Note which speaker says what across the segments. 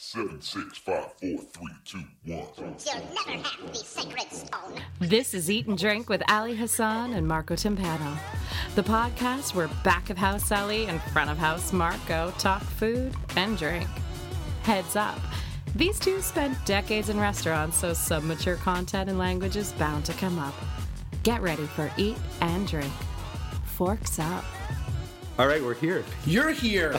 Speaker 1: Seven, six, five, four, three, two, one.
Speaker 2: You'll never have the sacred stone.
Speaker 3: This is Eat and Drink with Ali Hassan and Marco Timpano, the podcast where back of house Ali and front of house Marco talk food and drink. Heads up, these two spent decades in restaurants, so some mature content and language is bound to come up. Get ready for Eat and Drink. Forks up.
Speaker 4: All right, we're here.
Speaker 5: You're here.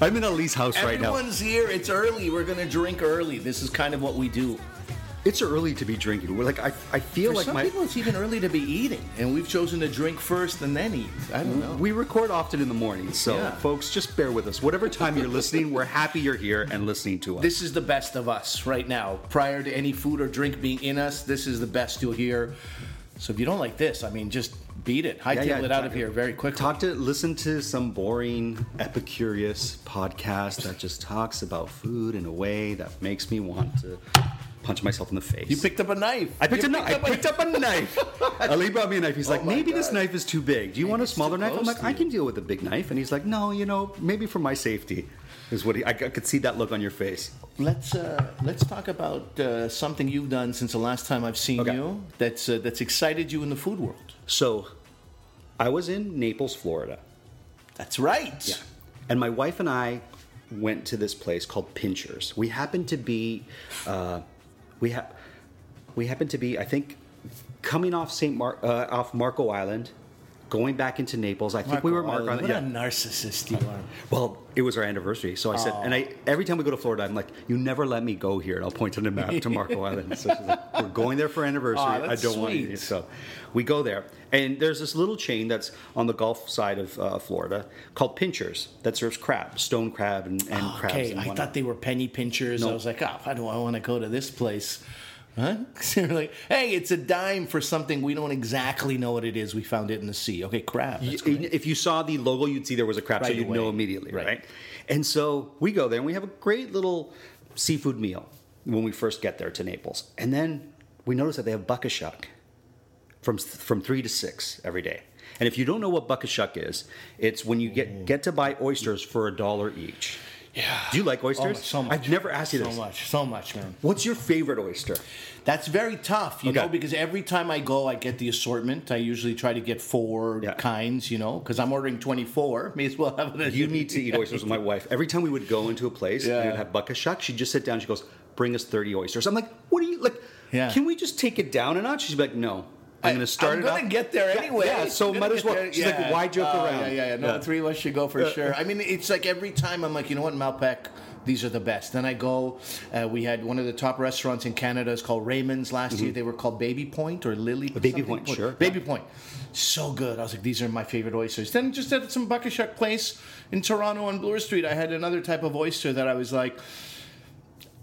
Speaker 4: I'm in Ali's house right now.
Speaker 5: Everyone's here. It's early. We're gonna drink early. This is kind of what we do.
Speaker 4: It's early to be drinking. We're like, I, I feel
Speaker 5: For
Speaker 4: like
Speaker 5: some
Speaker 4: my.
Speaker 5: people, it's even early to be eating, and we've chosen to drink first and then eat. I don't know.
Speaker 4: We record often in the morning, so
Speaker 5: Yeah.
Speaker 4: folks, just bear with us. Whatever time you're listening, we're happy you're here and listening to us.
Speaker 5: this is the best of us right now. Prior to any food or drink being in us, this is the best you'll hear. So if you don't like this, I mean, just beat it. Hightail
Speaker 4: yeah,
Speaker 5: it out of
Speaker 4: talk-
Speaker 5: here very quickly.
Speaker 4: Talk to listen to some boring Epicurious podcast that just talks about food in a way that makes me want to punch myself in the face.
Speaker 5: you picked up a knife.
Speaker 4: I picked,
Speaker 5: You
Speaker 4: a knife. I picked up a knife. Ali brought me a knife. He's like,
Speaker 5: Oh my
Speaker 4: maybe this
Speaker 5: God.
Speaker 4: knife is too big. Do you want a
Speaker 5: it's too
Speaker 4: smaller knife? I'm
Speaker 5: close
Speaker 4: like,
Speaker 5: to
Speaker 4: I
Speaker 5: you."
Speaker 4: can deal with a big knife. And he's like, no, you know, maybe for my safety is what he. I, I could see that look on your face.
Speaker 5: Let's uh, let's talk about uh, something you've done since the last time I've seen
Speaker 4: Okay.
Speaker 5: you. That's uh, that's excited you in the food world.
Speaker 4: So, I was in Naples, Florida,
Speaker 5: That's right.
Speaker 4: and my wife and I went to this place called Pinchers. We happened to be, uh, we ha- we happened to be, I think, coming off Saint Mar- uh, off Marco Island, going back into Naples. I think we were Marco Island.
Speaker 5: What
Speaker 4: yeah.
Speaker 5: a narcissist you are.
Speaker 4: Well, it was our anniversary, so I said, and I every time we go to Florida, I'm like, "You never let me go here," and I'll point to the map to Marco Island. So she's like, "We're going there for anniversary.
Speaker 5: Aw,
Speaker 4: I
Speaker 5: that's
Speaker 4: don't want you."
Speaker 5: sweet.
Speaker 4: So we go there, and there's this little chain that's on the Gulf side of uh, Florida called Pinchers that serves crab, stone crab, and, and crabs.
Speaker 5: Oh, Okay,
Speaker 4: and
Speaker 5: I
Speaker 4: whatnot.
Speaker 5: thought they were penny pinchers. I was like, oh, why do I want to go to this place? Huh? They're like, hey, it's a dime for something we don't exactly know what it is. We found it in the sea. Okay, crab. That's
Speaker 4: Y- If you saw the logo, you'd see there was a crab, so
Speaker 5: Right
Speaker 4: you'd
Speaker 5: away.
Speaker 4: know immediately, right.
Speaker 5: Right.
Speaker 4: And so we go there and we have a great little seafood meal when we first get there to Naples. And then we notice that they have buckashuck from from three to six every day. And if you don't know what buckashuck is, it's when you get get to buy oysters for a dollar each.
Speaker 5: yeah.
Speaker 4: Do you like oysters?
Speaker 5: Oh so much.
Speaker 4: I've never asked you
Speaker 5: so
Speaker 4: this.
Speaker 5: much, so much, man.
Speaker 4: What's your favorite oyster?
Speaker 5: That's very tough, you
Speaker 4: Okay.
Speaker 5: know, because every time I go, I get the assortment. I usually try to get four
Speaker 4: Yeah.
Speaker 5: kinds, you know, because I'm ordering 24. May as well have it.
Speaker 4: You need to eat oysters with my wife. Every time we would go into a place and
Speaker 5: Yeah.
Speaker 4: we would have buckashuck, she'd just sit down. She goes, "Bring us thirty oysters." I'm like, "What are you like?
Speaker 5: Yeah.
Speaker 4: Can we just take it down a notch?" She's like, "No, I'm going to start
Speaker 5: I'm
Speaker 4: it
Speaker 5: gonna
Speaker 4: off-
Speaker 5: get there
Speaker 4: Yeah,
Speaker 5: anyway.
Speaker 4: Yeah, so
Speaker 5: I'm
Speaker 4: might
Speaker 5: gonna
Speaker 4: as
Speaker 5: get
Speaker 4: well.
Speaker 5: there,
Speaker 4: She's like,
Speaker 5: yeah.
Speaker 4: "Why joke
Speaker 5: Oh,
Speaker 4: around?" Uh,
Speaker 5: Yeah, yeah, yeah. No, the three of us should go for sure. I mean, it's like every time I'm like, you know what, Malpec, these are the best. Then I go. Uh, we had one of the top restaurants in Canada is called Raymond's. Last year they were called Baby Point or Lily.
Speaker 4: Mm-hmm. Baby
Speaker 5: something
Speaker 4: Point, sure.
Speaker 5: Baby Point, so good. I was like, these are my favorite oysters. Then just at some Buckashuck place in Toronto on Bloor Street, I had another type of oyster that I was like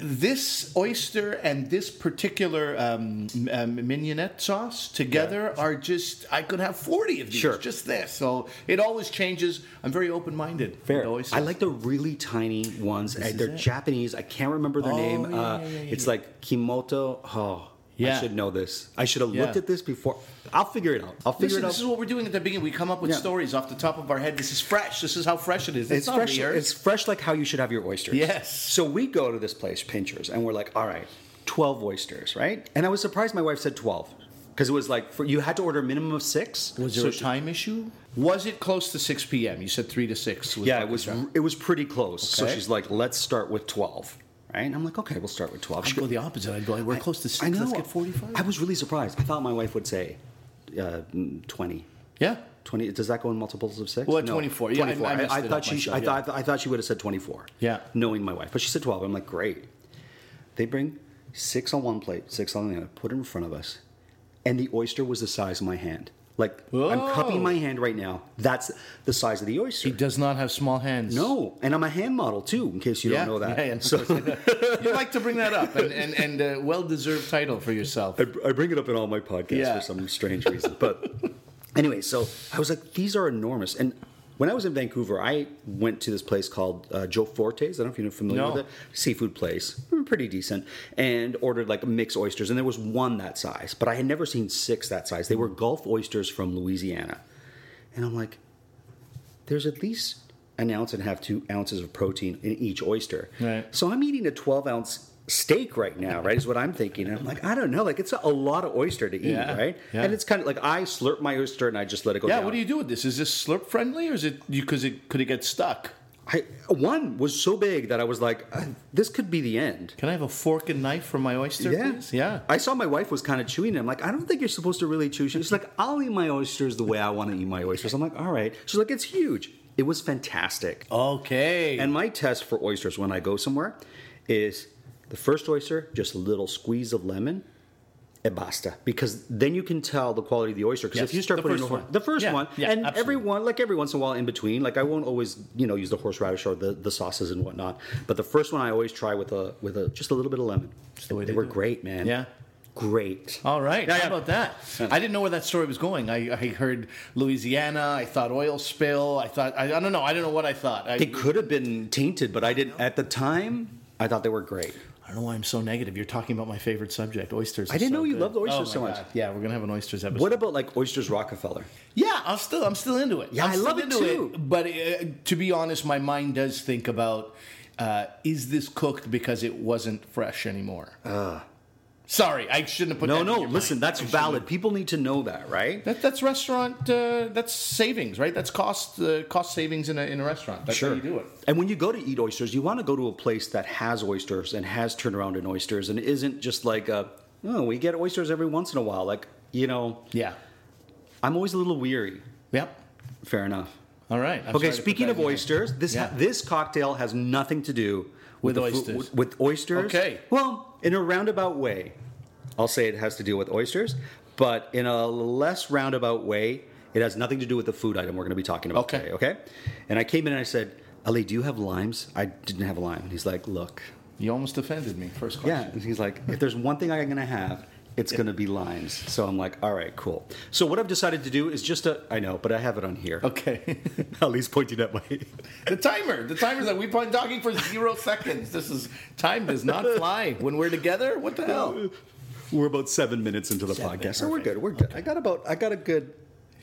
Speaker 5: this oyster and this particular um, um, mignonette sauce together are just i could have 40 of these
Speaker 4: Sure.
Speaker 5: just this so it always changes i'm very open-minded
Speaker 4: Fair.
Speaker 5: with oysters.
Speaker 4: I like the really tiny ones. and they're
Speaker 5: it.
Speaker 4: Japanese. I can't remember their
Speaker 5: Oh,
Speaker 4: name.
Speaker 5: yeah,
Speaker 4: uh,
Speaker 5: yeah, yeah,
Speaker 4: It's like Kimoto. Oh, I
Speaker 5: Yeah.
Speaker 4: should know this. I should have looked
Speaker 5: Yeah.
Speaker 4: at this before. I'll figure it out. I'll figure
Speaker 5: Listen,
Speaker 4: it out.
Speaker 5: this is what we're doing at the beginning. We come up with
Speaker 4: Yeah.
Speaker 5: stories off the top of our head. This is fresh. This is how fresh it is. It's,
Speaker 4: It's,
Speaker 5: not
Speaker 4: fresh.
Speaker 5: weird.
Speaker 4: It's fresh like how you should have your oysters.
Speaker 5: Yes.
Speaker 4: So we go to this place, Pinchers, and we're like, all right, twelve oysters, right? And I was surprised my wife said twelve because it was like for, you had to order a minimum of six.
Speaker 5: was there
Speaker 4: So
Speaker 5: a
Speaker 4: she-
Speaker 5: time issue? Was it close to 6 p.m.? You said 3 to 6. with
Speaker 4: Yeah, it
Speaker 5: Dr.
Speaker 4: was.
Speaker 5: Shah.
Speaker 4: It was pretty close. So
Speaker 5: Okay.
Speaker 4: she's like, let's start with twelve, right? And I'm like, okay, we'll start with twelve. She
Speaker 5: I'd
Speaker 4: go-
Speaker 5: go the opposite. I'd go, we're close to 6.
Speaker 4: I know.
Speaker 5: Let's get 45.
Speaker 4: I was really surprised. I thought my wife would say uh, mm, twenty.
Speaker 5: yeah.
Speaker 4: 20 does that go in multiples of six
Speaker 5: Well, 24. Yeah, I- I messed
Speaker 4: I,
Speaker 5: it
Speaker 4: thought
Speaker 5: up
Speaker 4: she
Speaker 5: myself,
Speaker 4: I,
Speaker 5: yeah.
Speaker 4: thought, I thought she would have said 24
Speaker 5: Yeah.
Speaker 4: knowing my wife but she said 12 i'm like great they bring six on one plate six on the other put it in front of us and the oyster was the size of my hand like i'm cupping
Speaker 5: Whoa.
Speaker 4: my hand right now that's the size of the oyster
Speaker 5: He does not have small hands.
Speaker 4: no and i'm a hand model too in case you
Speaker 5: Yeah,
Speaker 4: don't know that
Speaker 5: yeah, yeah.
Speaker 4: so
Speaker 5: you like to bring that up, and and, and uh, well deserved title for yourself.
Speaker 4: I, I bring it up in all my podcasts
Speaker 5: Yeah.
Speaker 4: for some strange reason. But anyway, so I was like, these are enormous. And when I was in Vancouver, I went to this place called uh, Joe Forte's. I don't know if you're familiar
Speaker 5: No.
Speaker 4: with it. Seafood place, Mm, pretty decent, and ordered like mixed oysters. And there was one that size, but I had never seen six that size. They were Gulf oysters from Louisiana, and I'm like, there's at least an ounce and have two ounces of protein in each oyster.
Speaker 5: Right.
Speaker 4: So I'm eating a 12 ounce steak right now, right? Is what I'm thinking. And I'm like, I don't know. Like, it's a, a lot of oyster to eat,
Speaker 5: Yeah,
Speaker 4: right?
Speaker 5: yeah.
Speaker 4: And it's kind of like I slurp my oyster and I just let it go
Speaker 5: Yeah,
Speaker 4: down.
Speaker 5: what do you do with this? Is this slurp friendly or is it you cuz it could it get stuck?
Speaker 4: I, one was so big that I was like, "Uh, this could be the end.
Speaker 5: Can I have a fork and knife for my oyster,
Speaker 4: Yeah.
Speaker 5: please? Yeah.
Speaker 4: I saw my wife was kind of chewing it. I'm like, I don't think you're supposed to really chew. She's like, I'll eat my oysters the way I want to eat my oysters. I'm like, all right. She's like, it's huge. It was fantastic.
Speaker 5: okay.
Speaker 4: And my test for oysters when I go somewhere is the first oyster, just a little squeeze of lemon, and basta. Because then you can tell the quality of the oyster. Because
Speaker 5: Yes,
Speaker 4: if you start
Speaker 5: the
Speaker 4: putting
Speaker 5: first
Speaker 4: a hor-
Speaker 5: one.
Speaker 4: the first
Speaker 5: Yeah,
Speaker 4: one,
Speaker 5: yeah,
Speaker 4: and
Speaker 5: absolutely.
Speaker 4: everyone, like every once in a while in between, like I won't always, you know, use the horseradish or the, the sauces and whatnot. But the first one I always try with a with a just a little bit of lemon.
Speaker 5: the way
Speaker 4: they
Speaker 5: they
Speaker 4: were
Speaker 5: do it.
Speaker 4: great, man.
Speaker 5: Yeah.
Speaker 4: great.
Speaker 5: All right.
Speaker 4: Yeah,
Speaker 5: How
Speaker 4: yeah.
Speaker 5: about that? I didn't know where that story was going. I, I heard Louisiana. I thought oil spill. I thought I, I don't know. I don't know what I thought. I,
Speaker 4: They could have been tainted, but I didn't at the time. I thought they were great.
Speaker 5: I don't know why I'm so negative. You're talking about my favorite subject, oysters.
Speaker 4: I didn't know you loved
Speaker 5: love
Speaker 4: oysters so much.
Speaker 5: Oh Yeah, we're gonna have an oysters episode.
Speaker 4: What about like oysters Rockefeller?
Speaker 5: Yeah, I'm still I'm still into it.
Speaker 4: Yeah,
Speaker 5: I'm
Speaker 4: I
Speaker 5: still
Speaker 4: love it
Speaker 5: into
Speaker 4: too.
Speaker 5: But uh, to be honest, my mind does think about uh, is this cooked because it wasn't fresh anymore. Sorry, I shouldn't have put.
Speaker 4: Uh. No,
Speaker 5: that in
Speaker 4: no.
Speaker 5: your
Speaker 4: Listen,
Speaker 5: mind.
Speaker 4: that's
Speaker 5: I shouldn't
Speaker 4: valid. People need to know that, right?
Speaker 5: That, that's restaurant. Uh, that's savings, right? That's cost uh, cost savings in a in a restaurant. That's how you do it.
Speaker 4: And when you go to eat oysters, you want to go to a place that has oysters and has turnaround in oysters, and isn't just like a oh, we get oysters every once in a while. Like you know,
Speaker 5: Yeah.
Speaker 4: I'm always a little weary.
Speaker 5: Yep.
Speaker 4: Fair enough.
Speaker 5: All right. I'm
Speaker 4: okay,
Speaker 5: sorry to put
Speaker 4: speaking
Speaker 5: that
Speaker 4: of
Speaker 5: in there.
Speaker 4: oysters, this
Speaker 5: Yeah.
Speaker 4: this cocktail has nothing to do
Speaker 5: With
Speaker 4: the fu-
Speaker 5: oysters.
Speaker 4: with- with oysters.
Speaker 5: Okay.
Speaker 4: Well, in a roundabout way, I'll say it has to deal with oysters, but in a less roundabout way, it has nothing to do with the food item we're going to be talking about
Speaker 5: Okay.
Speaker 4: today. Okay. And I came in and I said, "Ali, do you have limes?" I didn't have a lime. And he's like, "Look,
Speaker 5: you almost offended me.
Speaker 4: yeah,
Speaker 5: First question.
Speaker 4: and he's like, if there's one thing I'm gonna have, it's gonna be limes. So I'm like, all right, cool. So what I've decided to do is just a, I know, but I have it on here.
Speaker 5: Okay.
Speaker 4: Ali's pointing at my.
Speaker 5: The timer. The timer's like we've been talking for zero seconds. This is time does not fly when we're together. What the hell?
Speaker 4: We're about seven minutes into the podcast, so we're good. We're good. I got about, I got a good,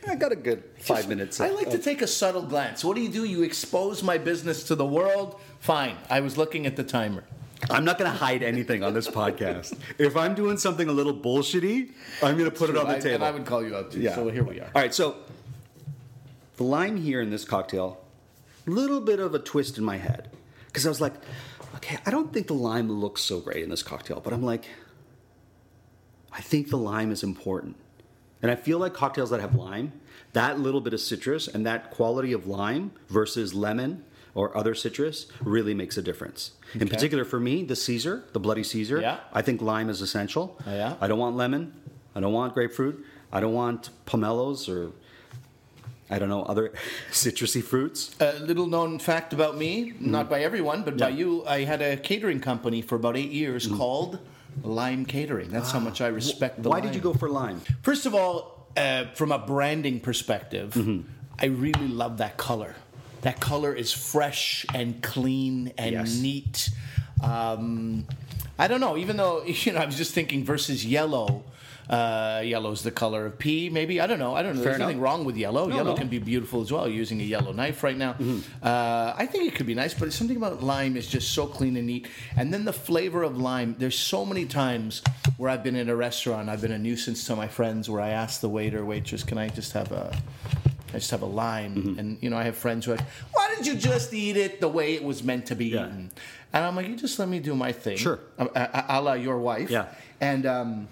Speaker 4: I got a good five minutes.
Speaker 5: I
Speaker 4: of-
Speaker 5: like to
Speaker 4: of-
Speaker 5: take a subtle glance. What do you do? You expose my business to the world. Fine. I was looking at the timer.
Speaker 4: I'm not gonna hide anything on this podcast. if I'm doing something a little bullshitty, I'm gonna put it on the
Speaker 5: I-
Speaker 4: table.
Speaker 5: And I would call you out too.
Speaker 4: Yeah.
Speaker 5: So here we are.
Speaker 4: All right, so the lime here in this cocktail, little bit of a twist in my head because I was like, okay, I don't think the lime looks so great in this cocktail, but I'm like, I think the lime is important, and I feel like cocktails that have lime, that little bit of citrus and that quality of lime versus lemon or other citrus really makes a difference. In particular, for me, the Caesar, the Bloody Caesar,
Speaker 5: Yeah.
Speaker 4: I think lime is essential.
Speaker 5: Oh, yeah?
Speaker 4: I don't want lemon. I don't want grapefruit. I don't want pomelos or I don't know other citrusy fruits.
Speaker 5: A little known fact about me,
Speaker 4: Mm-hmm.
Speaker 5: not by everyone, but by you, I had a catering company for about eight years
Speaker 4: Mm-hmm.
Speaker 5: called Lime Catering. That's how much I respect the
Speaker 4: Ah. Why did you
Speaker 5: lime.
Speaker 4: go for lime?
Speaker 5: First of all, uh, from a branding perspective,
Speaker 4: Mm-hmm.
Speaker 5: I really love that color. That color is fresh and clean and
Speaker 4: Yes.
Speaker 5: neat. Um, I don't know. Even though you know, I was just thinking versus yellow. Uh, yellow's the color of pea, maybe. I don't know. I don't know. There's
Speaker 4: enough.
Speaker 5: nothing wrong with yellow. yellow
Speaker 4: no.
Speaker 5: can be beautiful as well. Using a yellow knife right now,
Speaker 4: Mm-hmm.
Speaker 5: uh, I think it could be nice. But something about lime is just so clean and neat. And then the flavor of lime. There's so many times where I've been in a restaurant, I've been a nuisance to my friends, where I ask the waiter, waitress, can I just have a, I just have a lime?
Speaker 4: Mm-hmm.
Speaker 5: And you know, I have friends who are like, why didn't you just eat it the way it was meant to be
Speaker 4: Yeah.
Speaker 5: eaten? And I'm like, you just let me do my thing,
Speaker 4: Sure.
Speaker 5: a, a- a la your wife,
Speaker 4: Yeah.
Speaker 5: and um,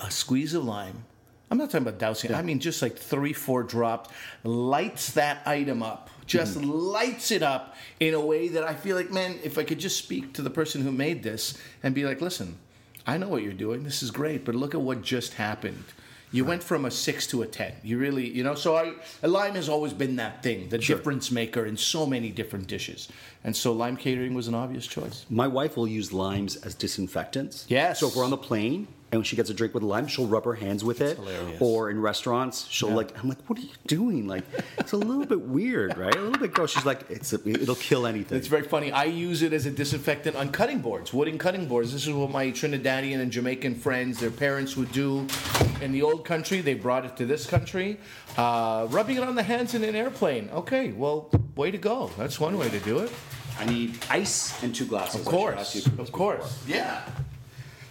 Speaker 5: a squeeze of lime. I'm not talking about dousing. I mean, just like three, four drops lights that item up. Just lights it up in a way that I feel like, man, if I could just speak to the person who made this and be like, listen, I know what you're doing. This is great, but look at what just happened. You went from a six to a ten. You really, you know. So I, lime has always been that thing, the difference maker in so many different dishes. And so lime catering was an obvious choice.
Speaker 4: My wife will use limes as disinfectants.
Speaker 5: Yes.
Speaker 4: So if we're on the plane And when she gets a drink with lime, she'll rub her hands with it.
Speaker 5: hilarious.
Speaker 4: Or in restaurants, she'll like, I'm like, what are you doing? Like, it's a little bit weird, right? A little bit gross. She's like, it's it'll kill anything.
Speaker 5: It's very funny. I use it as a disinfectant on cutting boards, wooden cutting boards. This is what my Trinidadian and Jamaican friends, their parents would do in the old country. They brought it to this country. Uh, rubbing it on the hands in an airplane. Okay, well, way to go. That's one way to do it.
Speaker 4: I need ice and two glasses.
Speaker 5: Of
Speaker 4: I should ask you
Speaker 5: course.
Speaker 4: if it was
Speaker 5: Of course.
Speaker 4: before. Yeah.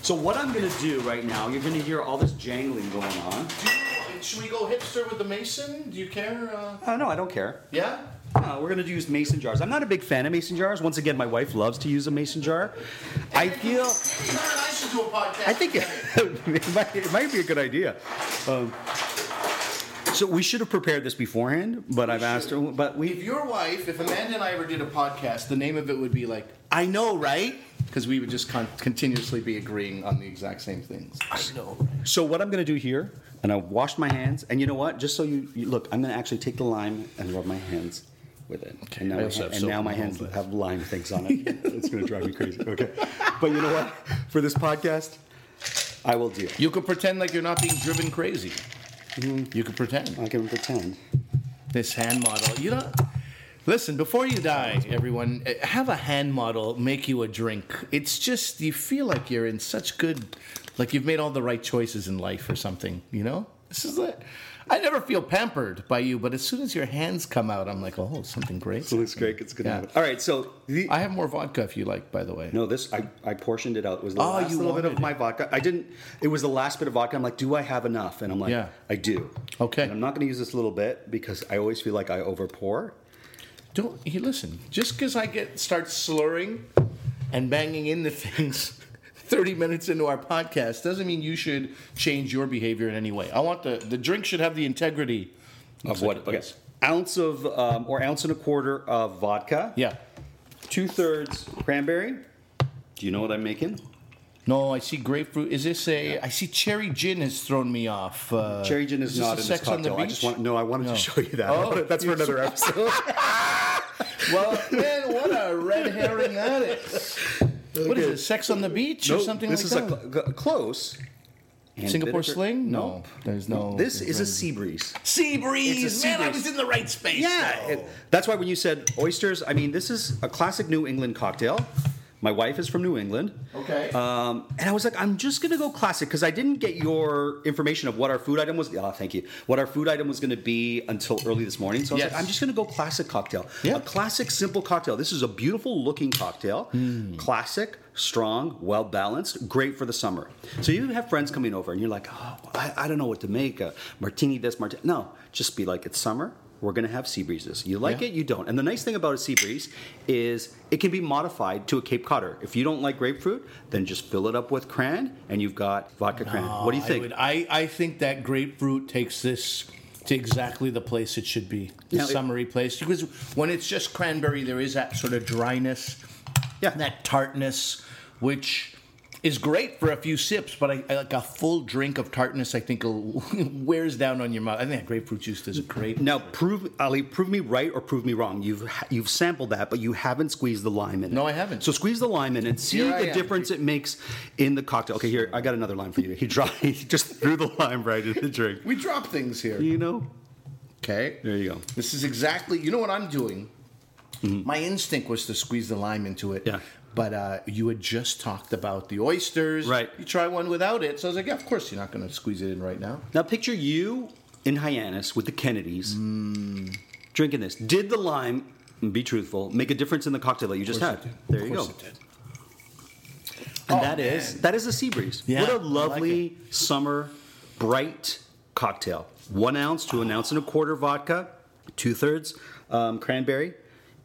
Speaker 4: So what I'm gonna do right now, you're gonna hear all this jangling going on.
Speaker 5: Do you, should we go hipster with the mason? Do you care? Uh,
Speaker 4: Uh, no, I don't care.
Speaker 5: yeah?
Speaker 4: No, we're gonna use mason jars. I'm not a big fan of mason jars. Once again, my wife loves to use a mason jar. I feel.
Speaker 5: I should do a podcast.
Speaker 4: I think it, it, might, it might be a good idea. Um, so we should have prepared this beforehand, but I've asked her. But
Speaker 5: If
Speaker 4: we
Speaker 5: your wife, if Amanda and I ever did a podcast, the name of it would be like, I know, right? Because we would just con- continuously be agreeing on the exact same things. I know.
Speaker 4: so what I'm gonna do here, and I washed my hands, and you know what? Just so you, you look, I'm gonna actually take the lime and rub my hands with it. and now,
Speaker 5: I
Speaker 4: my,
Speaker 5: also
Speaker 4: ha-
Speaker 5: have
Speaker 4: and
Speaker 5: soap
Speaker 4: now
Speaker 5: at
Speaker 4: my
Speaker 5: home,
Speaker 4: hands
Speaker 5: but-
Speaker 4: have lime things on it. it's gonna drive me crazy. Okay, but you know what? For this podcast, I will do. it.
Speaker 5: You could pretend like you're not being driven crazy. You could pretend.
Speaker 4: I can pretend.
Speaker 5: This hand model, you know. Listen, before you die, everyone, eh, have a hand model make you a drink. It's just, you feel like you're in such good, like you've made all the right choices in life or something, you know? This is it. I never feel pampered by you, but as soon as your hands come out, I'm like, oh, something great.
Speaker 4: So it's great. It's gonna
Speaker 5: Yeah.
Speaker 4: happen. All right. So the,
Speaker 5: I have more vodka if you like, by the way.
Speaker 4: No, this I, I portioned it out. It was the
Speaker 5: Oh,
Speaker 4: last
Speaker 5: you
Speaker 4: little bit of
Speaker 5: wanted
Speaker 4: my vodka. I didn't. It was the last bit of vodka. I'm like, do I have enough? And I'm like,
Speaker 5: Yeah.
Speaker 4: I do.
Speaker 5: Okay.
Speaker 4: And I'm not going to use this little bit because I always feel like I overpour.
Speaker 5: Don't you listen? Just because I get start slurring and banging into things. 30 minutes into our podcast doesn't mean you should change your behavior in any way. I want the the drink should have the integrity
Speaker 4: Of what?
Speaker 5: it does.
Speaker 4: Ounce of um, or ounce and a quarter of vodka.
Speaker 5: Yeah.
Speaker 4: Two thirds cranberry. Do you know what I'm making?
Speaker 5: No, I see grapefruit. Is this a? I see cherry gin has thrown me off. Uh,
Speaker 4: Cherry gin is,
Speaker 5: this
Speaker 4: not
Speaker 5: a
Speaker 4: in this
Speaker 5: sex on the
Speaker 4: cocktail. I just
Speaker 5: beach?
Speaker 4: want no. I wanted
Speaker 5: No.
Speaker 4: to show you that.
Speaker 5: Oh.
Speaker 4: That's for another episode.
Speaker 5: Well, man, what a red herring that is. What is it? Sex on the beach or
Speaker 4: Nope,
Speaker 5: something
Speaker 4: this
Speaker 5: like
Speaker 4: is
Speaker 5: that?
Speaker 4: A cl- close. And
Speaker 5: Singapore
Speaker 4: vinegar-
Speaker 5: sling? No,
Speaker 4: Nope.
Speaker 5: there's no.
Speaker 4: This is a sea breeze.
Speaker 5: sea breeze.
Speaker 4: It's a sea
Speaker 5: man, I
Speaker 4: breeze.
Speaker 5: was in the right space.
Speaker 4: Yeah,
Speaker 5: though.
Speaker 4: it- that's why when you said oysters, I mean, this is a classic New England cocktail. My wife is from New England.
Speaker 5: Okay.
Speaker 4: Um, and I was like, I'm just gonna go classic because I didn't get your information of what our food item was. Oh, thank you. What our food item was gonna be until early this morning. So I was
Speaker 5: Yes.
Speaker 4: like, I'm just gonna go classic cocktail.
Speaker 5: Yeah.
Speaker 4: A classic, simple cocktail. This is a beautiful looking cocktail.
Speaker 5: Hmm.
Speaker 4: Classic, strong, well balanced, great for the summer. So you have friends coming over and you're like, oh, I, I don't know what to make. A martini, this martini. No, just be like, it's summer. We're gonna have sea breezes. You like
Speaker 5: Yeah.
Speaker 4: it, you don't. And the nice thing about a sea breeze is it can be modified to a Cape Codder. If you don't like grapefruit, then just fill it up with cran and you've got vodka cran. What do you
Speaker 5: I
Speaker 4: think?
Speaker 5: would- I, I think that grapefruit takes this to exactly the place it should be, the
Speaker 4: Now, it-
Speaker 5: summery place. Because when it's just cranberry, there is that sort of dryness,
Speaker 4: Yeah.
Speaker 5: that tartness, which is great for a few sips. But I, I like a full drink of tartness. I think will- wears down on your mouth. I think that grapefruit juice does great.
Speaker 4: Now prove Ali, prove me right or prove me wrong. You've you've sampled that, but you haven't squeezed the lime in. it.
Speaker 5: No, I haven't.
Speaker 4: So squeeze the lime in and see
Speaker 5: Here I
Speaker 4: the
Speaker 5: am.
Speaker 4: difference it makes in the cocktail. Okay, here I got another lime for you. He dropped, he just threw the lime right in the drink.
Speaker 5: We drop things here.
Speaker 4: You know,
Speaker 5: Okay.
Speaker 4: there you go.
Speaker 5: This is exactly. You know what I'm doing. My instinct was to squeeze the lime into it.
Speaker 4: Mm-hmm. Yeah.
Speaker 5: But uh, you had just talked about the oysters.
Speaker 4: Right.
Speaker 5: You try one without it, so I was like, yeah, of course you're not going to squeeze it in right now.
Speaker 4: Now picture you in Hyannis with the Kennedys,
Speaker 5: Hmm.
Speaker 4: drinking this. Did the lime? and Be truthful. Make a difference in the cocktail that you just
Speaker 5: Of course
Speaker 4: had.
Speaker 5: it did.
Speaker 4: There
Speaker 5: Of
Speaker 4: you go.
Speaker 5: course it did.
Speaker 4: And
Speaker 5: Oh,
Speaker 4: that is
Speaker 5: man.
Speaker 4: that is a sea breeze.
Speaker 5: Yeah,
Speaker 4: what
Speaker 5: I
Speaker 4: a
Speaker 5: like
Speaker 4: lovely summer, bright cocktail. One ounce to an ounce and a quarter vodka, two thirds um, cranberry,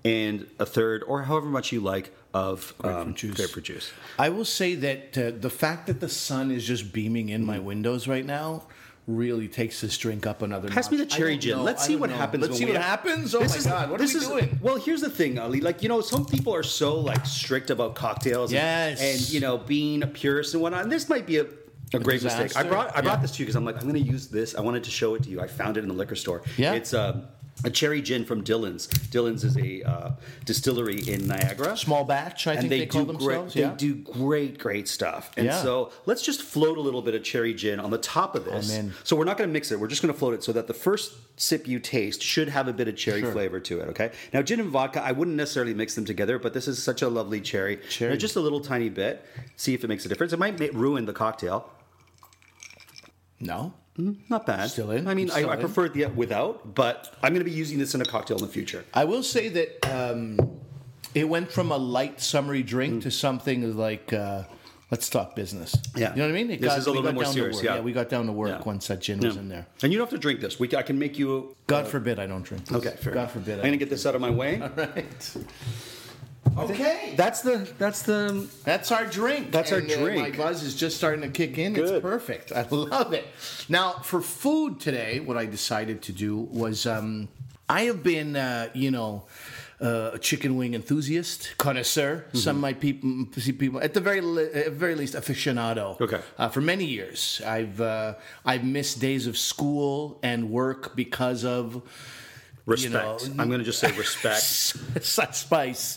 Speaker 4: and a third or however much you like of um, grapefruit,
Speaker 5: juice.
Speaker 4: juice.
Speaker 5: I will say that uh, the fact that the sun is just beaming in
Speaker 4: Mm-hmm.
Speaker 5: my windows right now really takes this drink up another.
Speaker 4: Pass me
Speaker 5: notch.
Speaker 4: the cherry
Speaker 5: I don't
Speaker 4: gin.
Speaker 5: know.
Speaker 4: Let's
Speaker 5: I
Speaker 4: see
Speaker 5: don't
Speaker 4: what
Speaker 5: know.
Speaker 4: happens.
Speaker 5: Let's
Speaker 4: when
Speaker 5: see
Speaker 4: we
Speaker 5: what
Speaker 4: have-
Speaker 5: happens. Oh
Speaker 4: This
Speaker 5: my
Speaker 4: is-
Speaker 5: god, what are we
Speaker 4: this is-
Speaker 5: doing?
Speaker 4: Well, here's the thing, Ali. Like you know, some people are so like strict about cocktails. and-
Speaker 5: Yes.
Speaker 4: And, you know, being a purist and whatnot. And this might be a. A great mistake. I
Speaker 5: disaster?
Speaker 4: brought I brought
Speaker 5: Yeah.
Speaker 4: this to you because I'm like I'm going to use this. I wanted to show it to you. I found it in the liquor store.
Speaker 5: Yeah.
Speaker 4: It's um, a cherry gin from Dillon's. Dillon's is a uh, distillery in Niagara.
Speaker 5: Small batch, I
Speaker 4: and
Speaker 5: think
Speaker 4: they,
Speaker 5: they, call
Speaker 4: do
Speaker 5: themselves.
Speaker 4: great.
Speaker 5: yeah.
Speaker 4: They do great, great stuff. And
Speaker 5: Yeah. Oh,
Speaker 4: so let's just float a little bit of cherry gin on the top of this.
Speaker 5: I'm in.
Speaker 4: So we're not going to mix it. We're just going to float it so that the first sip you taste should have a bit of cherry
Speaker 5: Sure.
Speaker 4: flavor to it. Okay. Now gin and vodka, I wouldn't necessarily mix them together, but this is such a lovely cherry.
Speaker 5: Cherry.
Speaker 4: Now, just a little tiny bit. See if it makes a difference. It might ma- ruin the cocktail.
Speaker 5: No.
Speaker 4: Not bad.
Speaker 5: Still in?
Speaker 4: I mean, I,
Speaker 5: Still
Speaker 4: I
Speaker 5: in?
Speaker 4: prefer the without, but I'm going to be using this in a cocktail in the future.
Speaker 5: I will say that um, it went from a light summery drink
Speaker 4: Mm.
Speaker 5: to something like uh, let's talk business.
Speaker 4: Yeah.
Speaker 5: you know what I mean. It
Speaker 4: This is a
Speaker 5: we
Speaker 4: little bit more
Speaker 5: down to
Speaker 4: serious,
Speaker 5: work.
Speaker 4: yeah.
Speaker 5: we got down to work
Speaker 4: Yeah.
Speaker 5: once that gin was
Speaker 4: Yeah.
Speaker 5: in there.
Speaker 4: And you don't have to drink this. We, I can make you.
Speaker 5: God forbid I don't drink. This.
Speaker 4: Okay, fair.
Speaker 5: God forbid.
Speaker 4: I'm going to get this out of my way.
Speaker 5: right. Okay,
Speaker 4: That's the that's the
Speaker 5: that's our drink.
Speaker 4: That's our
Speaker 5: And, uh,
Speaker 4: drink.
Speaker 5: my buzz is just starting to kick in.
Speaker 4: Good.
Speaker 5: It's perfect. I love it. Now, for food today, what I decided to do was um, I have been, uh, you know, uh, a chicken wing enthusiast, connoisseur.
Speaker 4: Mm-hmm.
Speaker 5: Some might peop- m- see people at the very le- at very least aficionado.
Speaker 4: Okay.
Speaker 5: Uh, for many years, I've uh, I've missed days of school and work because of
Speaker 4: respect.
Speaker 5: know,
Speaker 4: I'm going to just say respect.
Speaker 5: such spice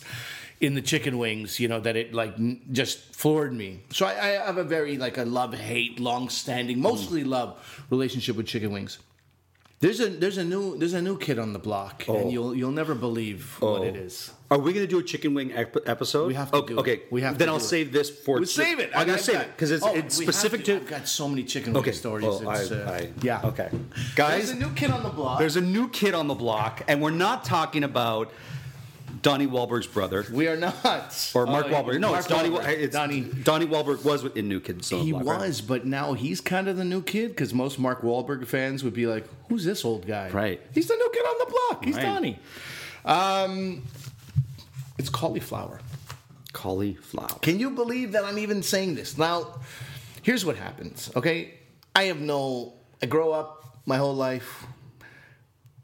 Speaker 5: in the chicken wings, you know, that it like n- just floored me. So I, I have a very like a love hate, long
Speaker 4: Mm.
Speaker 5: standing, mostly love relationship with chicken wings. There's a there's a new there's a new kid on the block,
Speaker 4: Oh.
Speaker 5: and you'll you'll never believe what it is.
Speaker 4: Are we going to do a chicken wing ep- episode?
Speaker 5: We have to
Speaker 4: okay,
Speaker 5: do it.
Speaker 4: Okay,
Speaker 5: We have
Speaker 4: Then
Speaker 5: to
Speaker 4: I'll
Speaker 5: do it.
Speaker 4: save this for.
Speaker 5: We save it.
Speaker 4: I'm going
Speaker 5: I've
Speaker 4: to save
Speaker 5: got-
Speaker 4: it because it's
Speaker 5: oh,
Speaker 4: it's
Speaker 5: we have
Speaker 4: specific to.
Speaker 5: I've got so many chicken wing
Speaker 4: okay.
Speaker 5: stories.
Speaker 4: well,
Speaker 5: it's,
Speaker 4: I-
Speaker 5: uh,
Speaker 4: I-
Speaker 5: yeah.
Speaker 4: Okay, guys.
Speaker 5: There's a new kid on the block.
Speaker 4: There's a new kid on the block, and we're not talking about Donnie Wahlberg's brother
Speaker 5: we are not
Speaker 4: or Mark
Speaker 5: Oh,
Speaker 4: Wahlberg. No, it's
Speaker 5: Mark
Speaker 4: Donnie. Wa-
Speaker 5: Wahlberg.
Speaker 4: It's
Speaker 5: Donnie.
Speaker 4: Donnie Wahlberg was in New Kids on the
Speaker 5: He
Speaker 4: Block. right?
Speaker 5: was, but now he's kind of the new kid because most Mark Wahlberg fans would be like, "Who's this old guy?"
Speaker 4: Right.
Speaker 5: He's the new kid on the block. He's
Speaker 4: Right.
Speaker 5: Donnie. Um, it's cauliflower.
Speaker 4: cauliflower.
Speaker 5: Can you believe that I'm even saying this? Now, here's what happens. Okay, I have no. I grow up my whole life.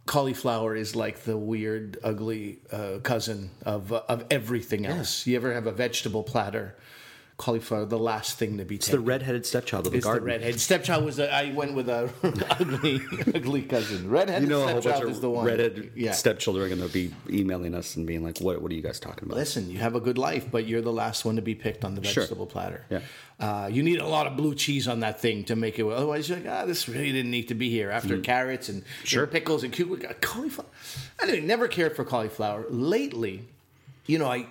Speaker 5: Cauliflower is like the weird, ugly uh, cousin of uh, of everything else. You ever have a vegetable platter? Cauliflower, the last thing to be
Speaker 4: It's
Speaker 5: taken.
Speaker 4: the redheaded stepchild of the
Speaker 5: It's
Speaker 4: garden.
Speaker 5: the redhead. Stepchild was a, I went with a ugly, ugly cousin. Redhead
Speaker 4: You know, a whole bunch
Speaker 5: stepchild is
Speaker 4: of
Speaker 5: the one.
Speaker 4: redheaded
Speaker 5: yeah.
Speaker 4: stepchildren are going to be emailing us and being like, "What? What are you guys talking about?"
Speaker 5: Listen, you have a good life, but you're the last one to be picked on the
Speaker 4: Sure.
Speaker 5: vegetable platter.
Speaker 4: Yeah.
Speaker 5: Uh, you need a lot of blue cheese on that thing to make it. Well. Otherwise, you're like, ah, this really didn't need to be here. After carrots and, and
Speaker 4: Mm. Sure.
Speaker 5: pickles and cucumber, cauliflower. Anyway, never cared for cauliflower. Lately, you know, I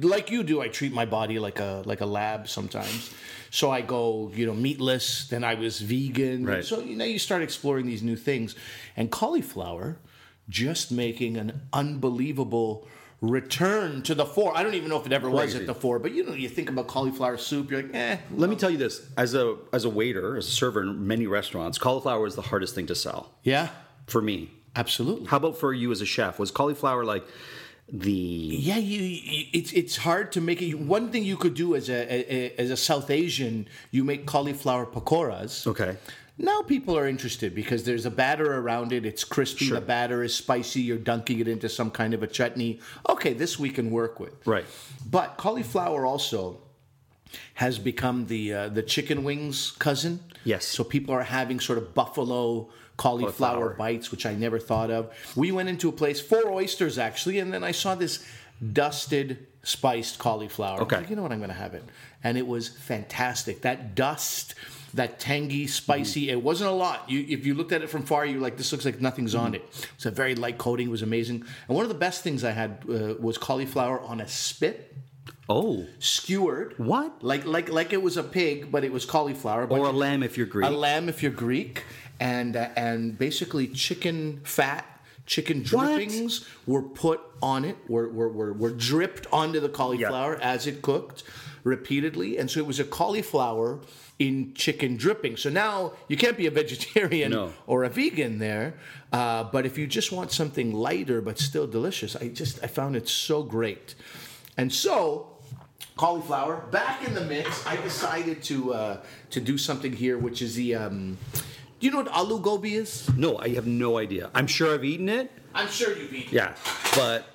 Speaker 5: like you do. I treat my body like a like a lab sometimes. So I go, you know, meatless. Then I was vegan.
Speaker 4: Right.
Speaker 5: So you know, you start exploring these new things, and cauliflower just making an unbelievable return to the fore. I don't even know if it ever was
Speaker 4: Crazy.
Speaker 5: at the fore, but you know, you think about cauliflower soup, you're like, eh.
Speaker 4: Let me tell you this: as a as a waiter, as a server in many restaurants, cauliflower is the hardest thing to sell
Speaker 5: Yeah,
Speaker 4: for me.
Speaker 5: absolutely.
Speaker 4: How about for you as a chef? Was cauliflower like the
Speaker 5: Yeah, you, you- it's it's hard to make it. One thing you could do as a, a as a South Asian, you make cauliflower pakoras.
Speaker 4: okay?
Speaker 5: Now people are interested because there's a batter around it. It's crispy.
Speaker 4: Sure.
Speaker 5: The batter is spicy. You're dunking it into some kind of a chutney. Okay, this we can work with.
Speaker 4: Right.
Speaker 5: But cauliflower also has become the uh, the chicken wings cousin.
Speaker 4: Yes.
Speaker 5: So people are having sort of buffalo cauliflower,
Speaker 4: Cauliflower.
Speaker 5: bites, which I never thought of. We went into a place four oysters actually, and then I saw this dusted spiced cauliflower. I was
Speaker 4: Okay.
Speaker 5: like, you know what? I'm going to have it, and it was fantastic. That dust. That tangy, spicy.
Speaker 4: Mm-hmm.
Speaker 5: It wasn't a lot. You, if you looked at it from far, you're like, "This looks like nothing's on it."
Speaker 4: Mm-hmm.
Speaker 5: It's a very light coating. It was amazing. And one of the best things I had uh, was cauliflower on a spit
Speaker 4: Oh,
Speaker 5: skewered.
Speaker 4: What?
Speaker 5: Like like like it was a pig, but it was cauliflower. But
Speaker 4: or a lamb if you're Greek.
Speaker 5: a lamb if you're Greek, and uh, and basically chicken fat. Chicken
Speaker 4: What?
Speaker 5: drippings were put on it, were, were, were, were dripped onto the cauliflower as it cooked repeatedly. And so it was a cauliflower in chicken dripping. So now you can't be a vegetarian
Speaker 4: No.
Speaker 5: or a vegan there. Uh, but if you just want something lighter but still delicious, I just I found it so great. And so cauliflower back in the mix. I decided to uh, to do something here, which is the. Um, do you know what aloo gobi is?
Speaker 4: no, I have no idea. I'm sure I've eaten it.
Speaker 5: I'm sure you've eaten.
Speaker 4: Yeah, but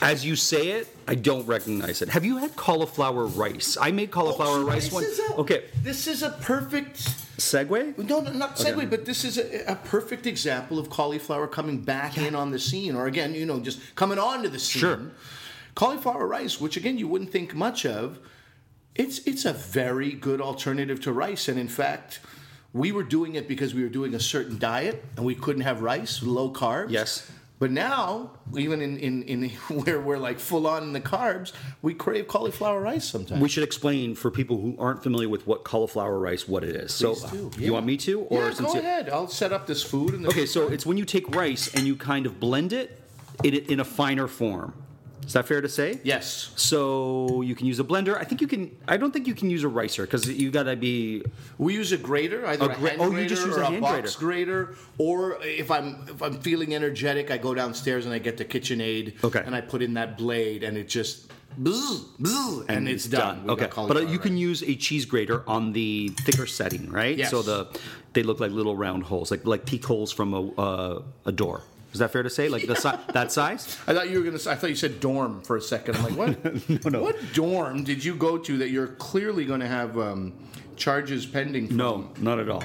Speaker 4: as you say it, I don't recognize it. Have you had cauliflower rice? I made cauliflower rice
Speaker 5: this
Speaker 4: once.
Speaker 5: Oh, Is a,
Speaker 4: Okay,
Speaker 5: This is a perfect
Speaker 4: Segway?
Speaker 5: No, no not segue, but this is a, a perfect example of cauliflower coming back in on the scene, or again, you know, just coming onto the scene.
Speaker 4: Sure.
Speaker 5: Cauliflower rice, which again you wouldn't think much of, it's it's a very good alternative to rice, and in fact. We were doing it because we were doing a certain diet and we couldn't have rice, low carbs.
Speaker 4: Yes.
Speaker 5: But now, even in, in, in where we're like full on in the carbs, we crave cauliflower rice sometimes.
Speaker 4: We should explain for people who aren't familiar with what cauliflower rice what it is. So
Speaker 5: Please do, yeah.
Speaker 4: you want me to, or
Speaker 5: yeah,
Speaker 4: since
Speaker 5: go
Speaker 4: you-
Speaker 5: ahead. I'll set up this food. And
Speaker 4: Okay, so it's when you take rice and you kind of blend it in, in a finer form. Is that fair to say?
Speaker 5: yes.
Speaker 4: So you can use a blender. I think you can. I don't think you can use a ricer because you gotta be.
Speaker 5: We use a grater, either a,
Speaker 4: A gra-
Speaker 5: hand
Speaker 4: oh,
Speaker 5: grater
Speaker 4: you just use
Speaker 5: or
Speaker 4: a
Speaker 5: a,
Speaker 4: hand
Speaker 5: box grater. Or if I'm if I'm feeling energetic, I go downstairs and I get the KitchenAid,
Speaker 4: Okay.
Speaker 5: and I put in that blade, and it just bzz, bzz, and, it's done. We
Speaker 4: Okay,
Speaker 5: got
Speaker 4: but uh,
Speaker 5: cauliflower
Speaker 4: you can
Speaker 5: rice.
Speaker 4: use a cheese grater on the thicker setting, right?
Speaker 5: Yes.
Speaker 4: So the they look like little round holes, like like peek holes from a uh, a door. Is that fair to say? Like the si- that size?
Speaker 5: I thought you were gonna. say- I thought you said dorm for a second. I'm like, what?
Speaker 4: no.
Speaker 5: What dorm did you go to that you're clearly gonna have um, charges pending? From
Speaker 4: No, not at all.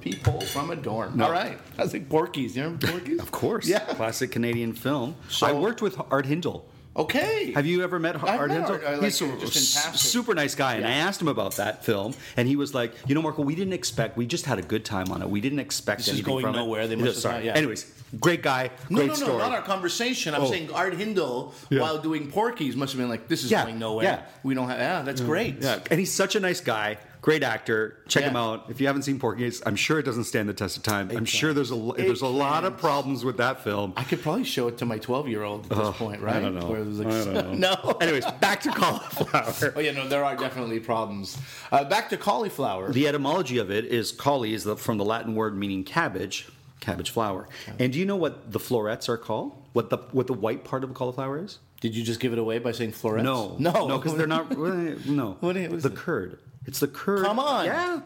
Speaker 5: people from a dorm. All right, I was like Porky's. You remember Porky's?
Speaker 4: Of course.
Speaker 5: Yeah.
Speaker 4: Classic Canadian film.
Speaker 5: So-
Speaker 4: I worked with Art Hindle.
Speaker 5: Okay.
Speaker 4: Have you ever met
Speaker 5: met
Speaker 4: Art Hensel?
Speaker 5: Art, I like
Speaker 4: He's
Speaker 5: him,
Speaker 4: a
Speaker 5: just fantastic.
Speaker 4: super nice guy, and I asked him about that film, and he was like, "You know, Marco, we didn't expect. We just had a good time on it. We didn't expect
Speaker 5: is
Speaker 4: anything
Speaker 5: going
Speaker 4: from it."
Speaker 5: nowhere. They
Speaker 4: Yeah,
Speaker 5: must have
Speaker 4: sorry.
Speaker 5: not- yeah.
Speaker 4: Anyways, great guy,
Speaker 5: No,
Speaker 4: great
Speaker 5: no, no,
Speaker 4: story.
Speaker 5: not our conversation. I'm
Speaker 4: Oh.
Speaker 5: saying Art Hindle,
Speaker 4: Yeah.
Speaker 5: while doing Porky's, must have been like, this is
Speaker 4: Yeah,
Speaker 5: going nowhere.
Speaker 4: yeah.
Speaker 5: We don't have, yeah, that's great.
Speaker 4: yeah, and he's such a nice guy. Great actor. Check
Speaker 5: Yeah.
Speaker 4: him out. If you haven't seen Porky's, I'm sure it doesn't stand the test of time. I'm sure there's a l- there's a lot of problems with that film.
Speaker 5: I could probably show it to my 12 year old at this point, right?
Speaker 4: I don't know.
Speaker 5: Where it was like,
Speaker 4: I don't know.
Speaker 5: no.
Speaker 4: Anyways, back to cauliflower.
Speaker 5: Oh, yeah, no, there are definitely problems. Uh, back to cauliflower.
Speaker 4: The etymology of it is cauli is the, from the Latin word meaning cabbage, cabbage flower. And do you know what the florets are called? What the what the white part of a cauliflower is?
Speaker 5: Did you just give it away by saying florets?
Speaker 4: No,
Speaker 5: No.
Speaker 4: no, because they're not. eh, No,
Speaker 5: What is- what is
Speaker 4: the
Speaker 5: it?
Speaker 4: curd? It's the curd.
Speaker 5: Come on.
Speaker 4: yeah,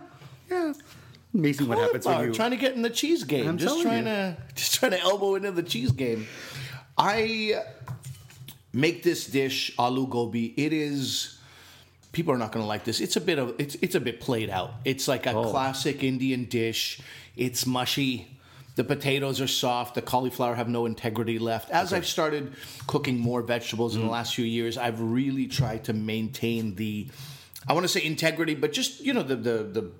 Speaker 4: yeah. Amazing what happens when
Speaker 5: Cauliflower,
Speaker 4: you.
Speaker 5: trying to get in the cheese game.
Speaker 4: I'm
Speaker 5: just
Speaker 4: telling
Speaker 5: trying
Speaker 4: you.
Speaker 5: to just trying to elbow into the cheese game. I make this dish aloo gobi. It is people are not going to like this. It's a bit of it's it's a bit played out. It's like a classic Indian dish. It's mushy. The potatoes are soft. The cauliflower have no integrity left. As I've started cooking more vegetables in the last few years, I've really tried to maintain the I want to say integrity, but just you know the the the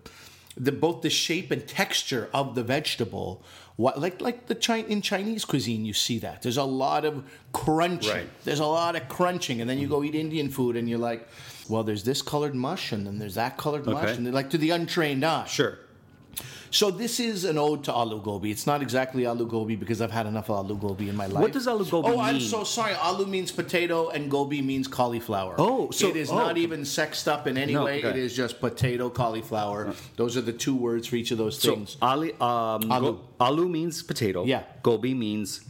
Speaker 5: the, both the shape and texture of the vegetable, what, like like the Chi- in Chinese cuisine, you see that there's a lot of crunching.
Speaker 4: Right.
Speaker 5: There's a lot of crunching, and then you go eat Indian food, and you're like, well, there's this colored mush, and then there's that colored mush,
Speaker 4: Okay.
Speaker 5: and they're like to the untrained eye.
Speaker 4: Sure.
Speaker 5: So this is an ode to aloo gobi. It's not exactly aloo gobi because I've had enough of aloo gobi in my life.
Speaker 4: does aloo gobi
Speaker 5: Oh, I'm
Speaker 4: mean?
Speaker 5: so sorry. Aloo means potato, and gobi means cauliflower.
Speaker 4: Oh, so-
Speaker 5: it is
Speaker 4: oh.
Speaker 5: not even sexed up in any
Speaker 4: No,
Speaker 5: way.
Speaker 4: okay. Uh-huh.
Speaker 5: It is just potato cauliflower. Those are the two words for each of those
Speaker 4: So
Speaker 5: things.
Speaker 4: ali, um,
Speaker 5: Alu.
Speaker 4: go- alu means potato.
Speaker 5: Yeah.
Speaker 4: Gobi means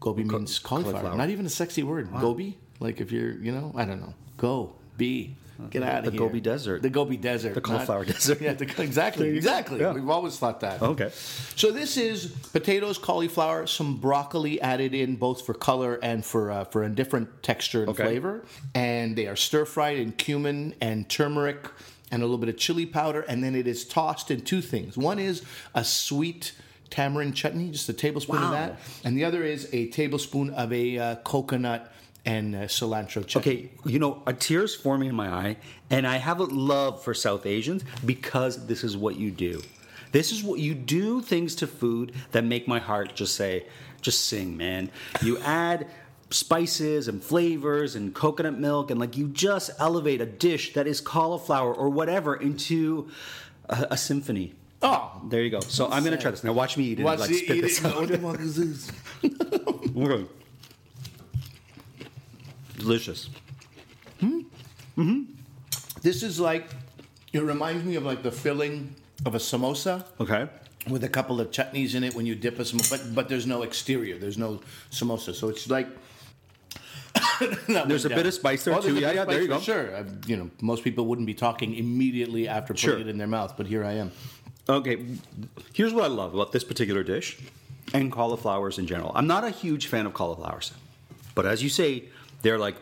Speaker 5: Gobi means cauliflower.
Speaker 4: cauliflower.
Speaker 5: Not even a sexy word. Gobi? Like if you're, you know, I don't know. Go. Be. Get out of
Speaker 4: the
Speaker 5: here.
Speaker 4: Gobi Desert.
Speaker 5: The Gobi Desert.
Speaker 4: The cauliflower desert.
Speaker 5: Yeah, the, exactly. Exactly.
Speaker 4: Yeah.
Speaker 5: We've always thought that.
Speaker 4: okay.
Speaker 5: So this is potatoes, cauliflower, some broccoli added in both for color and for uh, for a different texture and
Speaker 4: Okay.
Speaker 5: flavor. And they are stir fried in cumin and turmeric and a little bit of chili powder. And then it is tossed in two things. One is a sweet tamarind chutney, just a tablespoon of
Speaker 4: Wow.
Speaker 5: that, and the other is a tablespoon of a uh, coconut and uh, cilantro chutney.
Speaker 4: Okay, you know, a tear's forming in my eye, and I have a love for South Asians because this is what you do. This is what you do things to food that make my heart just say, just sing, man. You add spices and flavors and coconut milk, and like you just elevate a dish that is cauliflower or whatever into a, a symphony.
Speaker 5: Oh.
Speaker 4: There you go. So I'm gonna try this now. Watch me eat it. and,
Speaker 5: Watch
Speaker 4: like
Speaker 5: the-
Speaker 4: spit
Speaker 5: eat
Speaker 4: this
Speaker 5: it.
Speaker 4: out.
Speaker 5: What the fuck is this?
Speaker 4: Okay. Delicious.
Speaker 5: This is like, it reminds me of like the filling of a samosa.
Speaker 4: Okay.
Speaker 5: with a couple of chutneys in it when you dip a samosa, but but there's no exterior, there's no samosa, so it's like.
Speaker 4: There's a bit of spice there
Speaker 5: Oh, there's
Speaker 4: too.
Speaker 5: a bit
Speaker 4: Yeah,
Speaker 5: of
Speaker 4: yeah,
Speaker 5: spice
Speaker 4: there you
Speaker 5: for
Speaker 4: go.
Speaker 5: Sure, i you know most people wouldn't be talking immediately after putting
Speaker 4: Sure.
Speaker 5: it in their mouth, but here I am.
Speaker 4: Okay, here's what I love about this particular dish and cauliflowers in general. I'm not a huge fan of cauliflowers, but as you say, they're like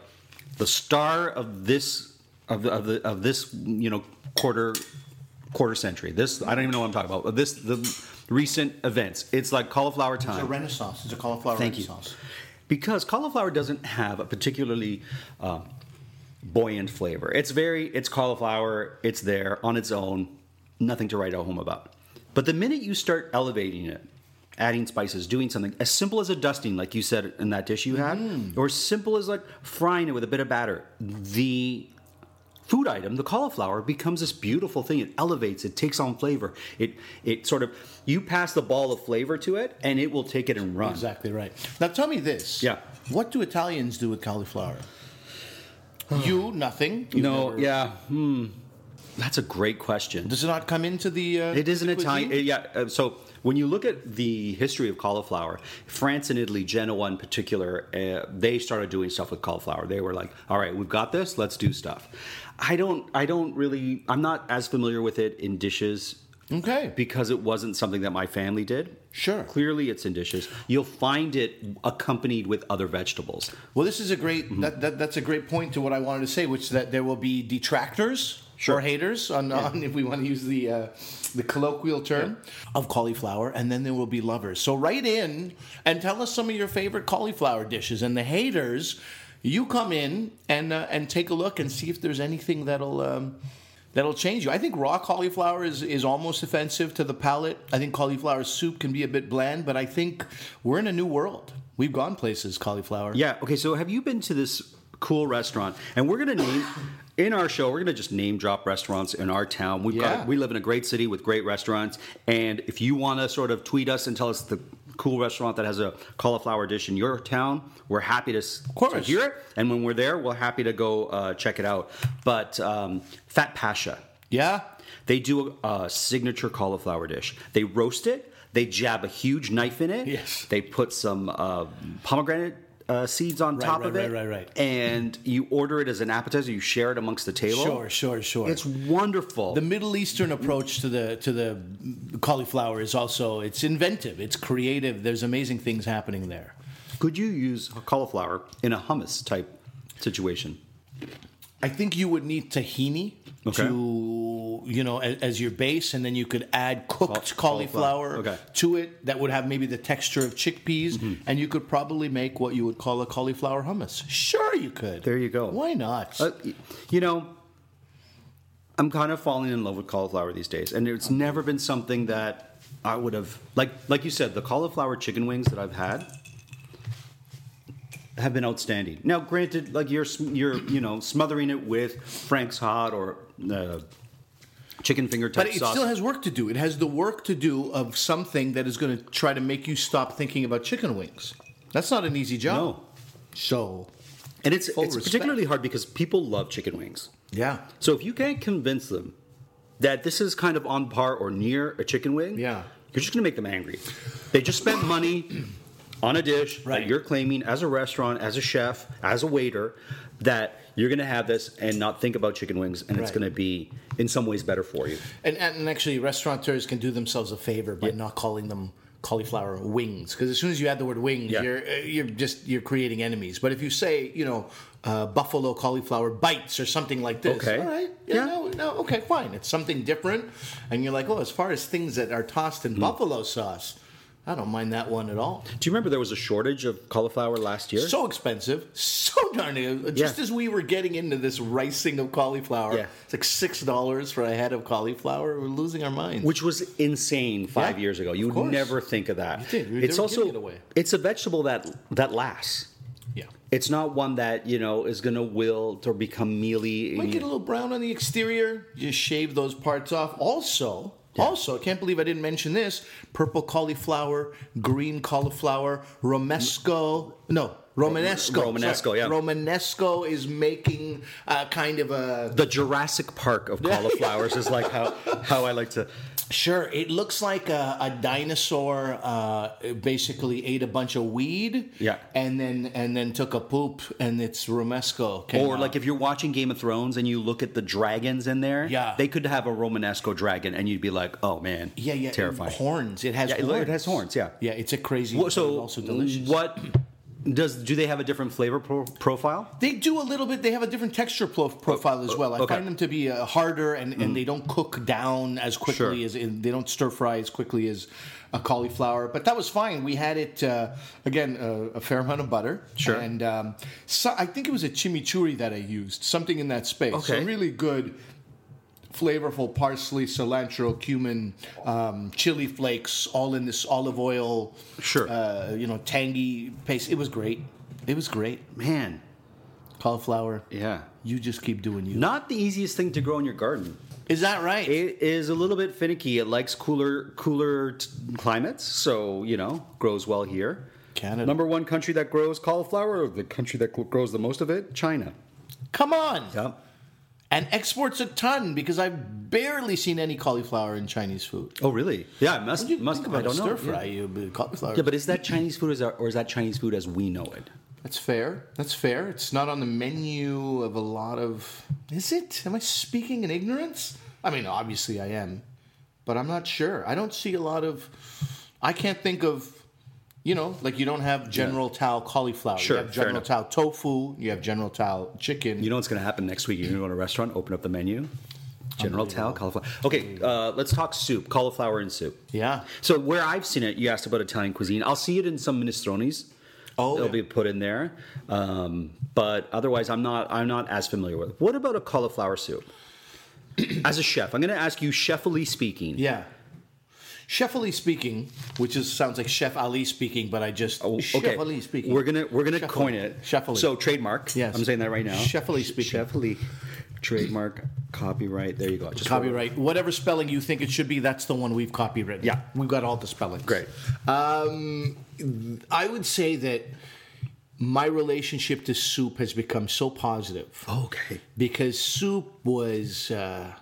Speaker 4: the star of this of, the- of, the, of this you know quarter quarter century. This I don't even know what I'm talking about. This the recent events. It's like cauliflower
Speaker 5: It's a
Speaker 4: time.
Speaker 5: renaissance. It's a cauliflower
Speaker 4: Thank you.
Speaker 5: renaissance.
Speaker 4: Because cauliflower doesn't have a particularly um, buoyant flavor. It's very, it's cauliflower, it's there on its own, nothing to write home about. But the minute you start elevating it, adding spices, doing something as simple as a dusting, like you said in that dish you had, or as simple as like frying it with a bit of batter, the food item, the cauliflower, becomes this beautiful thing. It elevates, it takes on flavor. It it sort of you pass the ball of flavor to it, and it will take it and run.
Speaker 5: Exactly right. Now tell me this.
Speaker 4: Yeah.
Speaker 5: What do Italians do with cauliflower? you nothing. You
Speaker 4: no,
Speaker 5: never-
Speaker 4: yeah, hmm. That's a great question.
Speaker 5: Does it not come into the? Uh,
Speaker 4: It is an
Speaker 5: the cuisine?
Speaker 4: Italian, yeah. uh, So when you look at the history of cauliflower, France and Italy, Genoa in particular, uh, they started doing stuff with cauliflower. They were like, "All right, we've got this. Let's do stuff." I don't, I don't really, I'm not as familiar with it in dishes
Speaker 5: Okay.
Speaker 4: because it wasn't something that my family did.
Speaker 5: Sure.
Speaker 4: Clearly, it's in dishes. You'll find it accompanied with other vegetables.
Speaker 5: Well, this is a great that, that that's a great point to what I wanted to say, which is that there will be detractors
Speaker 4: Sure.
Speaker 5: or haters on, on if we want to use the uh, the colloquial term of cauliflower, and then there will be lovers. So write in and tell us some of your favorite cauliflower dishes, and the haters, you come in and uh, and take a look and see if there's anything that'll. Um, That'll change you. I think raw cauliflower is, is almost offensive to the palate. I think cauliflower soup can be a bit bland, but I think we're in a new world. We've gone places, cauliflower.
Speaker 4: Yeah. Okay. So have you been to this cool restaurant? And we're gonna name in our show. We're gonna just name drop restaurants in our town. We've
Speaker 5: Yeah.
Speaker 4: got we live in a great city with great restaurants. And if you want to sort of tweet us and tell us the cool restaurant that has a cauliflower dish in your town, we're happy to, s-
Speaker 5: course.
Speaker 4: to hear it. And when we're there, we're happy to go uh, check it out. But um, Fat Pasha.
Speaker 5: Yeah.
Speaker 4: They do a, a signature cauliflower dish. They roast it. They jab a huge knife in it.
Speaker 5: Yes.
Speaker 4: They put some uh, pomegranate uh, seeds on top
Speaker 5: right,
Speaker 4: of it.
Speaker 5: right, right, right.
Speaker 4: And you order it as an appetizer. You share it amongst the table.
Speaker 5: Sure, sure, sure.
Speaker 4: It's wonderful.
Speaker 5: the Middle Eastern approach to the to the cauliflower is also it's inventive, it's creative. There's amazing things happening there.
Speaker 4: Could you use cauliflower in a hummus type situation?
Speaker 5: I think you would need tahini
Speaker 4: Okay.
Speaker 5: to you know as, as your base, and then you could add cooked
Speaker 4: Cau-
Speaker 5: cauliflower,
Speaker 4: cauliflower. Okay. Mm-hmm.
Speaker 5: to it that would have maybe the texture of chickpeas, and you could probably make what you would call a cauliflower hummus. Sure, you could.
Speaker 4: There you go.
Speaker 5: Why not?
Speaker 4: Uh, y- you know, I'm kind of falling in love with cauliflower these days, and it's never been something that I would have like like you said, the cauliflower chicken wings that I've had have been outstanding. Now, granted, like you're sm- you're you know smothering it with Frank's hot or uh, chicken finger type
Speaker 5: But it
Speaker 4: sauce.
Speaker 5: still has work to do. It has the work to do of something that is going to try to make you stop thinking about chicken wings. That's not an easy job.
Speaker 4: No.
Speaker 5: So,
Speaker 4: and it's
Speaker 5: full
Speaker 4: it's
Speaker 5: respect.
Speaker 4: particularly hard because people love chicken wings.
Speaker 5: yeah.
Speaker 4: So if you can't convince them that this is kind of on par or near a chicken wing,
Speaker 5: Yeah.
Speaker 4: you're just going to make them angry. They just spent money on a dish
Speaker 5: Right.
Speaker 4: that you're claiming as a restaurant, as a chef, as a waiter that you're going to have this and not think about chicken wings and it's
Speaker 5: Right.
Speaker 4: going to be in some ways better for you.
Speaker 5: And, and actually, restaurateurs can do themselves a favor by not calling them cauliflower wings because as soon as you add the word wings
Speaker 4: Yeah.
Speaker 5: you're uh, you're just you're creating enemies but if you say you know uh, buffalo cauliflower bites or something like this
Speaker 4: Okay.
Speaker 5: all right yeah,
Speaker 4: Yeah.
Speaker 5: no, no okay fine it's something different and you're like oh as far as things that are tossed in buffalo sauce i don't mind that one at all
Speaker 4: Do you remember there was a shortage of cauliflower last year?
Speaker 5: So expensive, so darn it. Just
Speaker 4: Yeah.
Speaker 5: as we were getting into this ricing of cauliflower,
Speaker 4: Yeah.
Speaker 5: it's like six dollars for a head of cauliflower. We're losing our minds.
Speaker 4: which was insane five
Speaker 5: Yeah,
Speaker 4: years ago. You
Speaker 5: of
Speaker 4: would
Speaker 5: course.
Speaker 4: never think of that.
Speaker 5: You did. You- they
Speaker 4: it's
Speaker 5: were
Speaker 4: also
Speaker 5: giving it away.
Speaker 4: it's a vegetable that that lasts.
Speaker 5: yeah,
Speaker 4: It's not one that you know is going to wilt or become mealy.
Speaker 5: might get a little brown on the exterior. Just shave those parts off. Also, also, I can't believe I didn't mention this: purple cauliflower, green cauliflower, romesco. No. Romanesco.
Speaker 4: Romanesco,
Speaker 5: sorry.
Speaker 4: yeah.
Speaker 5: Romanesco is making uh, kind of a
Speaker 4: the Jurassic Park of cauliflowers is like how how I like to.
Speaker 5: Sure, it looks like a, a dinosaur uh, basically ate a bunch of weed,
Speaker 4: Yeah.
Speaker 5: and then and then took a poop, and it's romesco. came
Speaker 4: Or
Speaker 5: out.
Speaker 4: like if you're watching Game of Thrones and you look at the dragons in there,
Speaker 5: Yeah.
Speaker 4: they could have a Romanesco dragon, and you'd be like, oh man,
Speaker 5: yeah, yeah,
Speaker 4: terrifying.
Speaker 5: horns. It has
Speaker 4: Yeah, it-
Speaker 5: horns.
Speaker 4: it has horns, yeah.
Speaker 5: yeah, it's a crazy,
Speaker 4: Well,
Speaker 5: but
Speaker 4: so
Speaker 5: also delicious.
Speaker 4: what Does do they have a different flavor pro- profile?
Speaker 5: They do a little bit. They have a different texture pro- profile as well. I
Speaker 4: okay. Mm.
Speaker 5: find them to be uh, harder, and, and they don't cook down as quickly
Speaker 4: Sure.
Speaker 5: as and they don't stir fry as quickly as a cauliflower. But that was fine. We had it uh, again uh, a fair amount of butter.
Speaker 4: Sure.
Speaker 5: And um, so I think it was a chimichurri that I used, something in that space. So
Speaker 4: Okay.
Speaker 5: really good. Flavorful parsley, cilantro, cumin, um, chili flakes, all in this olive oil,
Speaker 4: Sure.
Speaker 5: uh, you know, tangy paste. It was great. It was great.
Speaker 4: Man,
Speaker 5: Cauliflower.
Speaker 4: yeah.
Speaker 5: You just keep doing you.
Speaker 4: Not the easiest thing to grow in your garden.
Speaker 5: Is that right?
Speaker 4: It is a little bit finicky. It likes cooler cooler t- climates, so you know grows well here.
Speaker 5: Canada.
Speaker 4: Number one country that grows cauliflower, the country that gl- grows the most of it, China.
Speaker 5: Come on.
Speaker 4: Yep.
Speaker 5: And exports a ton because I've barely seen any cauliflower in Chinese food.
Speaker 4: Oh, really? Yeah, it must
Speaker 5: What do you
Speaker 4: must.
Speaker 5: think about
Speaker 4: I don't
Speaker 5: a
Speaker 4: know.
Speaker 5: stir fry?
Speaker 4: Yeah.
Speaker 5: You but cauliflower.
Speaker 4: Yeah, but is that Chinese food as our, or is that Chinese food as we know it?
Speaker 5: that's fair. That's fair. It's not on the menu of a lot of. Is it? Am I speaking in ignorance? I mean, obviously I am, but I'm not sure. I don't see a lot of. I can't think of. You know, like you don't have General Tao cauliflower.
Speaker 4: Sure,
Speaker 5: You have
Speaker 4: fair
Speaker 5: General Tao tofu. You have General Tao chicken.
Speaker 4: You know what's going to happen next week? You're going to go to a restaurant, open up the menu, General Tao cauliflower. Okay, uh, let's talk soup, cauliflower and soup.
Speaker 5: yeah.
Speaker 4: So where I've seen it, you asked about Italian cuisine. I'll see it in some minestrones.
Speaker 5: Oh,
Speaker 4: it'll
Speaker 5: yeah.
Speaker 4: be put in there, um, but otherwise, I'm not. I'm not as familiar with. it. What about a cauliflower soup? as a chef, I'm going to ask you, chefily speaking.
Speaker 5: Yeah. Chef Ali speaking, which is sounds like Chef Ali speaking, but I just
Speaker 4: Oh,
Speaker 5: Chef Ali speaking.
Speaker 4: We're gonna we're gonna
Speaker 5: Chef
Speaker 4: coin
Speaker 5: Ali.
Speaker 4: it.
Speaker 5: Chef Ali.
Speaker 4: So trademark.
Speaker 5: Yes.
Speaker 4: I'm saying that right now.
Speaker 5: Chef Ali speaking.
Speaker 4: Chef Ali. Trademark. Copyright. There you go. Just
Speaker 5: copyright whatever spelling you think it should be. That's the one we've copywritten.
Speaker 4: Yeah.
Speaker 5: we've got all the spellings. Um,
Speaker 4: Great.
Speaker 5: I would say that my relationship to soup has become so positive.
Speaker 4: Oh, Okay.
Speaker 5: because soup was uh,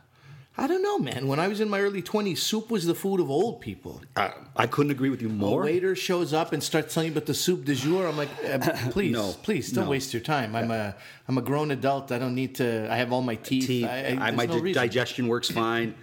Speaker 5: I don't know, man. When I was in my early twenties, soup was the food of old people.
Speaker 4: I, Uh, I couldn't agree with you
Speaker 5: Oh, A
Speaker 4: more.
Speaker 5: waiter shows up and starts telling you about the soup du jour. I'm like, uh, please,
Speaker 4: No,
Speaker 5: please, don't
Speaker 4: no.
Speaker 5: waste your time. I'm a, I'm a grown adult. I don't need to. I have all my teeth.
Speaker 4: Teeth.
Speaker 5: I, I,
Speaker 4: I,
Speaker 5: there's
Speaker 4: my
Speaker 5: no
Speaker 4: di-
Speaker 5: reason.
Speaker 4: digestion works fine.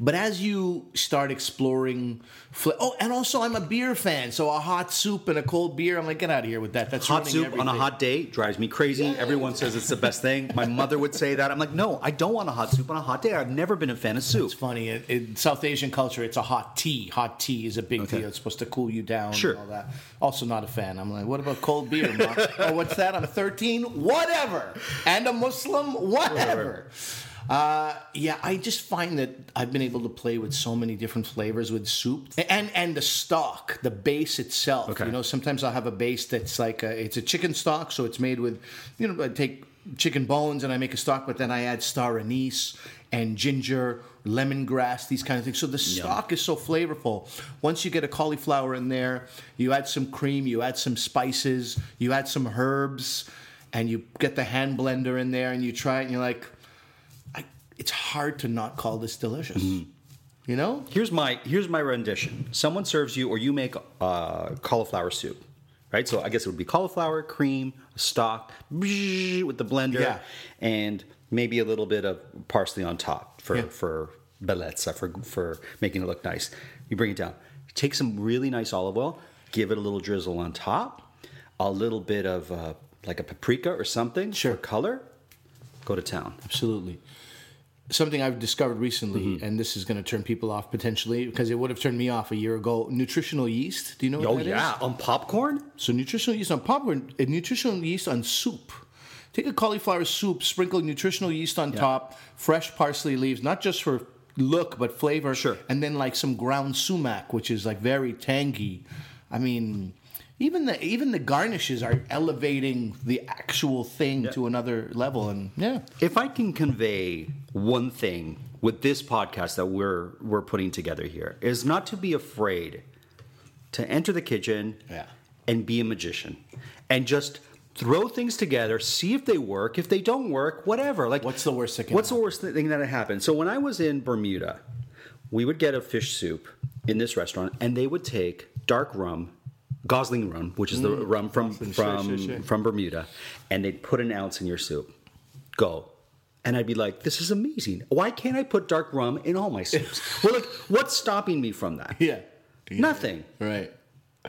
Speaker 5: But as you start exploring, fla- oh, and also I'm a beer fan, so a hot soup and a cold beer. I'm like, get out of here with that. That's
Speaker 4: Hot
Speaker 5: ruining
Speaker 4: soup on a
Speaker 5: everything."
Speaker 4: hot day drives me crazy. Everyone says it's the best thing. My mother would say that. I'm like, no, I don't want a hot soup on a hot day. I've never been a fan of soup.
Speaker 5: It's funny in, in South Asian culture. It's a hot tea. Hot tea is a big
Speaker 4: Okay.
Speaker 5: deal. It's supposed to cool you down.
Speaker 4: Sure.
Speaker 5: And all that. Also, not a fan. I'm like, what about cold beer? Mom? oh, what's that? I'm 13. Whatever. And a Muslim. Whatever. Uh, yeah, I just find that I've been able to play with so many different flavors with soup and and the stock, the base itself.
Speaker 4: Okay.
Speaker 5: You know, sometimes I'll have a base that's like a, it's a chicken stock, so it's made with, you know, I take chicken bones and I make a stock, but then I add star anise and ginger, lemongrass, these kind of things. So the stock is so flavorful. Once you get a cauliflower in there, you add some cream, you add some spices, you add some herbs, and you get the hand blender in there and you try it and you're like, I, it's hard to not call this delicious. You know?
Speaker 4: Here's my here's my rendition. Someone serves you, or you make uh, cauliflower soup, right? So I guess it would be cauliflower, cream, stock, bzzz, with the blender,
Speaker 5: Yeah.
Speaker 4: and maybe a little bit of parsley on top for
Speaker 5: Yeah.
Speaker 4: for bellezza for for making it look nice. You bring it down. Take some really nice olive oil, give it a little drizzle on top, a little bit of uh, like a paprika or something
Speaker 5: Sure.
Speaker 4: for color. Go to town.
Speaker 5: Absolutely. Something I've discovered recently,
Speaker 4: Mm-hmm.
Speaker 5: and this is going to turn people off potentially because it would have turned me off a year ago. Nutritional yeast. Do you know what
Speaker 4: Oh
Speaker 5: that is?
Speaker 4: yeah, on popcorn.
Speaker 5: So nutritional yeast on popcorn, uh, nutritional yeast on soup. Take a cauliflower soup, sprinkle nutritional yeast on top, fresh parsley leaves, not just for look but flavor.
Speaker 4: Sure.
Speaker 5: And then like some ground sumac, which is like very tangy. I mean, even the even the garnishes are elevating the actual thing to another level. And yeah,
Speaker 4: If I can convey one thing with this podcast that we're we're putting together here is not to be afraid to enter the kitchen
Speaker 5: Yeah.
Speaker 4: and be a magician and just throw things together, see if they work. If they don't work, whatever. Like
Speaker 5: What's the worst that can
Speaker 4: What's the worst thing that happened? So when I was in Bermuda, we would get a fish soup in this restaurant, and they would take dark rum, Gosling rum, which is the rum from
Speaker 5: Mm. Gosling, sure,
Speaker 4: from
Speaker 5: sure, sure.
Speaker 4: from Bermuda, and they'd put an ounce in your soup. Go. And I'd be like, this is amazing. Why can't I put dark rum in all my soups? well, like, what's stopping me from that?
Speaker 5: yeah,
Speaker 4: Nothing.
Speaker 5: right.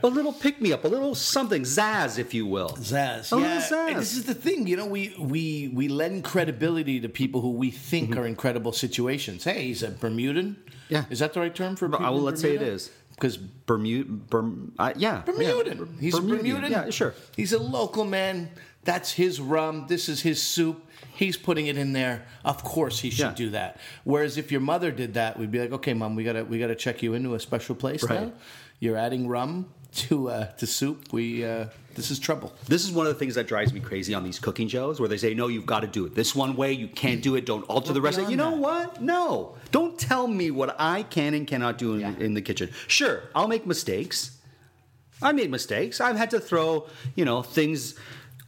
Speaker 4: a little pick me up, a little something, zazz, if you will.
Speaker 5: Zazz.
Speaker 4: A little
Speaker 5: yeah.
Speaker 4: zazz.
Speaker 5: And this is the thing, you know, we we we lend credibility to people who we think are in credible situations. Hey, he's a Bermudan.
Speaker 4: Mm-hmm. Yeah.
Speaker 5: Is that the right term for
Speaker 4: But I
Speaker 5: people in
Speaker 4: will- let's say it
Speaker 5: Bermuda?
Speaker 4: is.
Speaker 5: Because
Speaker 4: Bermuda, Berm, uh, yeah,
Speaker 5: Bermudan.
Speaker 4: yeah.
Speaker 5: He's a Bermudan.
Speaker 4: Yeah, sure.
Speaker 5: He's a local man. That's his rum. This is his soup. He's putting it in there. Of course he should
Speaker 4: Yeah.
Speaker 5: do that. Whereas if your mother did that, we'd be like, okay, mom, we gotta we gotta check you into a special place now.
Speaker 4: Right.
Speaker 5: You're adding rum to uh, to soup. We uh, this is trouble.
Speaker 4: This is one of the things that drives me crazy on these cooking shows where they say, no, you've got to do it this one way. You can't do it. Don't alter the rest of it. You know
Speaker 5: beyond
Speaker 4: what? No. Don't tell me what I can and cannot do in,
Speaker 5: Yeah.
Speaker 4: in the kitchen. Sure, I'll make mistakes. I made mistakes. I've had to throw, you know, things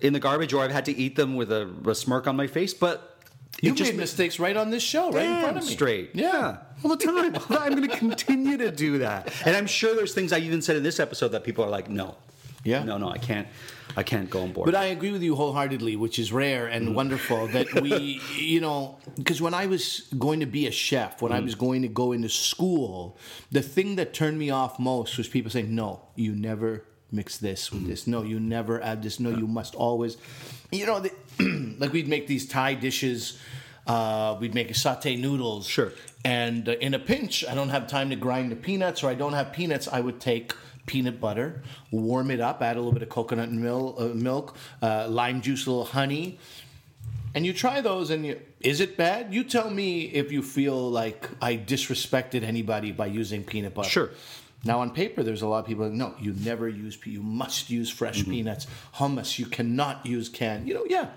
Speaker 4: in the garbage or I've had to eat them with a, a smirk on my face, but it
Speaker 5: You made mistakes right on this show, right in front of
Speaker 4: Damn
Speaker 5: me.
Speaker 4: straight.
Speaker 5: Yeah.
Speaker 4: All the time. I'm going to continue to do that. And I'm sure there's things I even said in this episode that people are like, no.
Speaker 5: Yeah.
Speaker 4: No, no, I can't. I can't go on board.
Speaker 5: But I agree with you wholeheartedly, which is rare and wonderful that we, you know, because when I was going to be a chef, when I was going to go into school, the thing that turned me off most was people saying, no, you never mix this with this. No, you never add this. No, you must always, you know, the, like we'd make these Thai dishes, uh, we'd make saute noodles.
Speaker 4: Sure.
Speaker 5: And uh, in a pinch, I don't have time to grind the peanuts, or I don't have peanuts. I would take peanut butter, warm it up, add a little bit of coconut mil- uh, milk, uh, lime juice, a little honey, and you try those. And you, is it bad? You tell me if you feel like I disrespected anybody by using peanut butter.
Speaker 4: Sure.
Speaker 5: Now on paper, there's a lot of people. That, no, you never use. pe- You must use fresh peanuts. Hummus, you cannot use canned. You know, yeah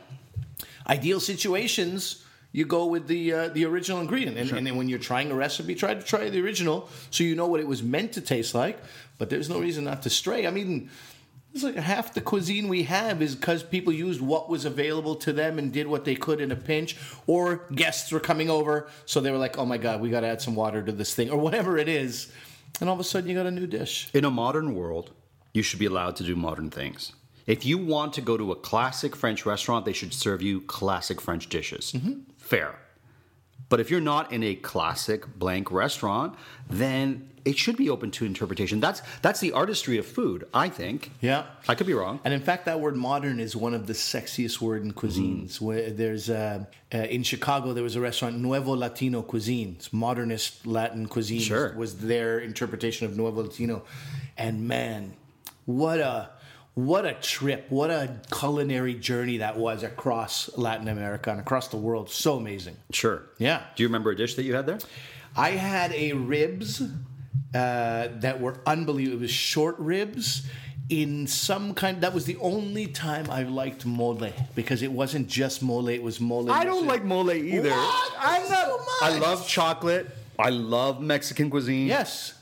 Speaker 5: ideal situations you go with the uh, the original ingredient and, and then when you're trying a recipe try to try the original so you know what it was meant to taste like but there's no reason not to stray i mean it's like half the cuisine we have is because people used what was available to them and did what they could in a pinch or guests were coming over so they were like oh my god we got to add some water to this thing or whatever it is and all of a sudden you got a new dish
Speaker 4: In a modern world, you should be allowed to do modern things. If you want to go to a classic French restaurant, they should serve you classic French dishes.
Speaker 5: Mm-hmm.
Speaker 4: Fair. But if you're not in a classic blank restaurant, then it should be open to interpretation. That's that's the artistry of food, I think.
Speaker 5: yeah
Speaker 4: I could be wrong.
Speaker 5: And in fact, that word "modern" is one of the sexiest word in cuisines. Where there's uh, uh, in Chicago, there was a restaurant Nuevo Latino Cuisine. It's modernist Latin cuisine.
Speaker 4: Sure.
Speaker 5: was their interpretation of Nuevo Latino, and man, what a what a trip! What a culinary journey that was across Latin America and across the world. So amazing.
Speaker 4: Sure.
Speaker 5: Yeah.
Speaker 4: Do you remember a dish that you had there?
Speaker 5: I had a ribs uh, that were unbelievable. It was short ribs in some kind. That was the only time I liked mole because it wasn't just mole; it was mole.
Speaker 4: I don't like mole either.
Speaker 5: What?
Speaker 4: I'm not.
Speaker 5: So much.
Speaker 4: I love chocolate. I love Mexican cuisine.
Speaker 5: Yes,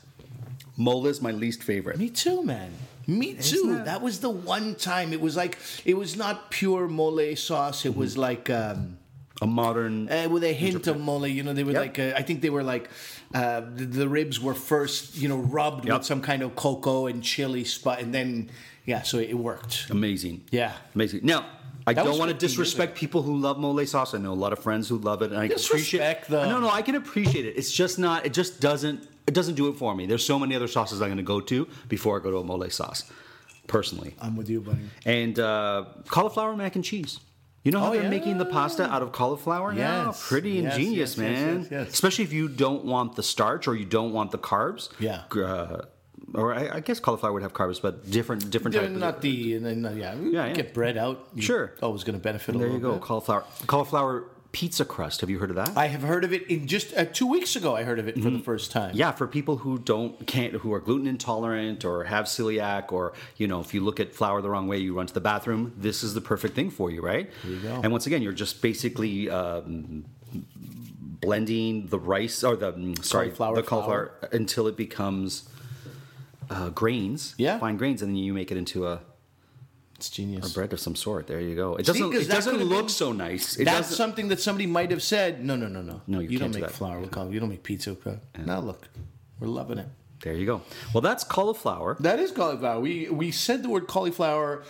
Speaker 4: Mole is my least favorite.
Speaker 5: me too, man. Me too.
Speaker 4: that-
Speaker 5: That was the one time. It was like it was not pure mole sauce. It was like. Um,
Speaker 4: A modern.
Speaker 5: uh, with a hint of mole. You know, they were
Speaker 4: Yep.
Speaker 5: like, uh, I think they were like, uh, the, the ribs were first, you know, rubbed
Speaker 4: Yep.
Speaker 5: with some kind of cocoa and chili spot, and then, yeah, so it worked.
Speaker 4: Amazing.
Speaker 5: Yeah.
Speaker 4: Amazing. Now, I
Speaker 5: That
Speaker 4: don't
Speaker 5: was
Speaker 4: want to
Speaker 5: 15 years
Speaker 4: disrespect people who love mole sauce. I know a lot of friends who love it, and I can
Speaker 5: Disrespect
Speaker 4: appreciate.
Speaker 5: them.
Speaker 4: No, no, I can appreciate it. It's just not. It just doesn't. It doesn't do it for me. There's so many other sauces I'm going to go to before I go to a mole sauce, personally.
Speaker 5: I'm with you, buddy.
Speaker 4: And uh, cauliflower mac and cheese. You know how
Speaker 5: Oh,
Speaker 4: they're
Speaker 5: yeah.
Speaker 4: making the pasta out of cauliflower now?
Speaker 5: Yes.
Speaker 4: Pretty
Speaker 5: Yes,
Speaker 4: ingenious,
Speaker 5: yes, yes,
Speaker 4: man.
Speaker 5: yes, yes.
Speaker 4: Especially if you don't want the starch or you don't want the carbs.
Speaker 5: Yeah.
Speaker 4: Uh, or I, I guess cauliflower would have carbs, but different different
Speaker 5: They're
Speaker 4: types.
Speaker 5: not the, and then, uh, yeah,
Speaker 4: Yeah, yeah.
Speaker 5: get bread out. You're
Speaker 4: Sure.
Speaker 5: Always going to benefit a
Speaker 4: There
Speaker 5: little
Speaker 4: you go,
Speaker 5: bit.
Speaker 4: cauliflower cauliflower pizza crust. Have you heard of that?
Speaker 5: I have heard of it in just uh, two weeks ago. I heard of it for the first time.
Speaker 4: Mm-hmm. yeah, for people who don't can't who are gluten intolerant or have celiac or you know if you look at flour the wrong way you run to the bathroom. This is the perfect thing for you, right? There you
Speaker 5: go.
Speaker 4: And once again, you're just basically. Um, blending the rice or the mm, sorry
Speaker 5: Cauliflower
Speaker 4: the cauliflower until it becomes uh, grains
Speaker 5: Yeah.
Speaker 4: fine grains and then you make it into a
Speaker 5: It's genius.
Speaker 4: bread of some sort there you go it
Speaker 5: 'cause
Speaker 4: doesn't it
Speaker 5: that
Speaker 4: doesn't
Speaker 5: could've
Speaker 4: look
Speaker 5: been-
Speaker 4: so nice it
Speaker 5: That's
Speaker 4: doesn't
Speaker 5: something that somebody might have said. No, no, no, no.
Speaker 4: No, you
Speaker 5: don't
Speaker 4: can't do
Speaker 5: make
Speaker 4: that.
Speaker 5: flour with cauliflower. You don't make pizza with cauliflower. Now look, we're loving it.
Speaker 4: there you go well that's cauliflower
Speaker 5: That is cauliflower. We we said the word cauliflower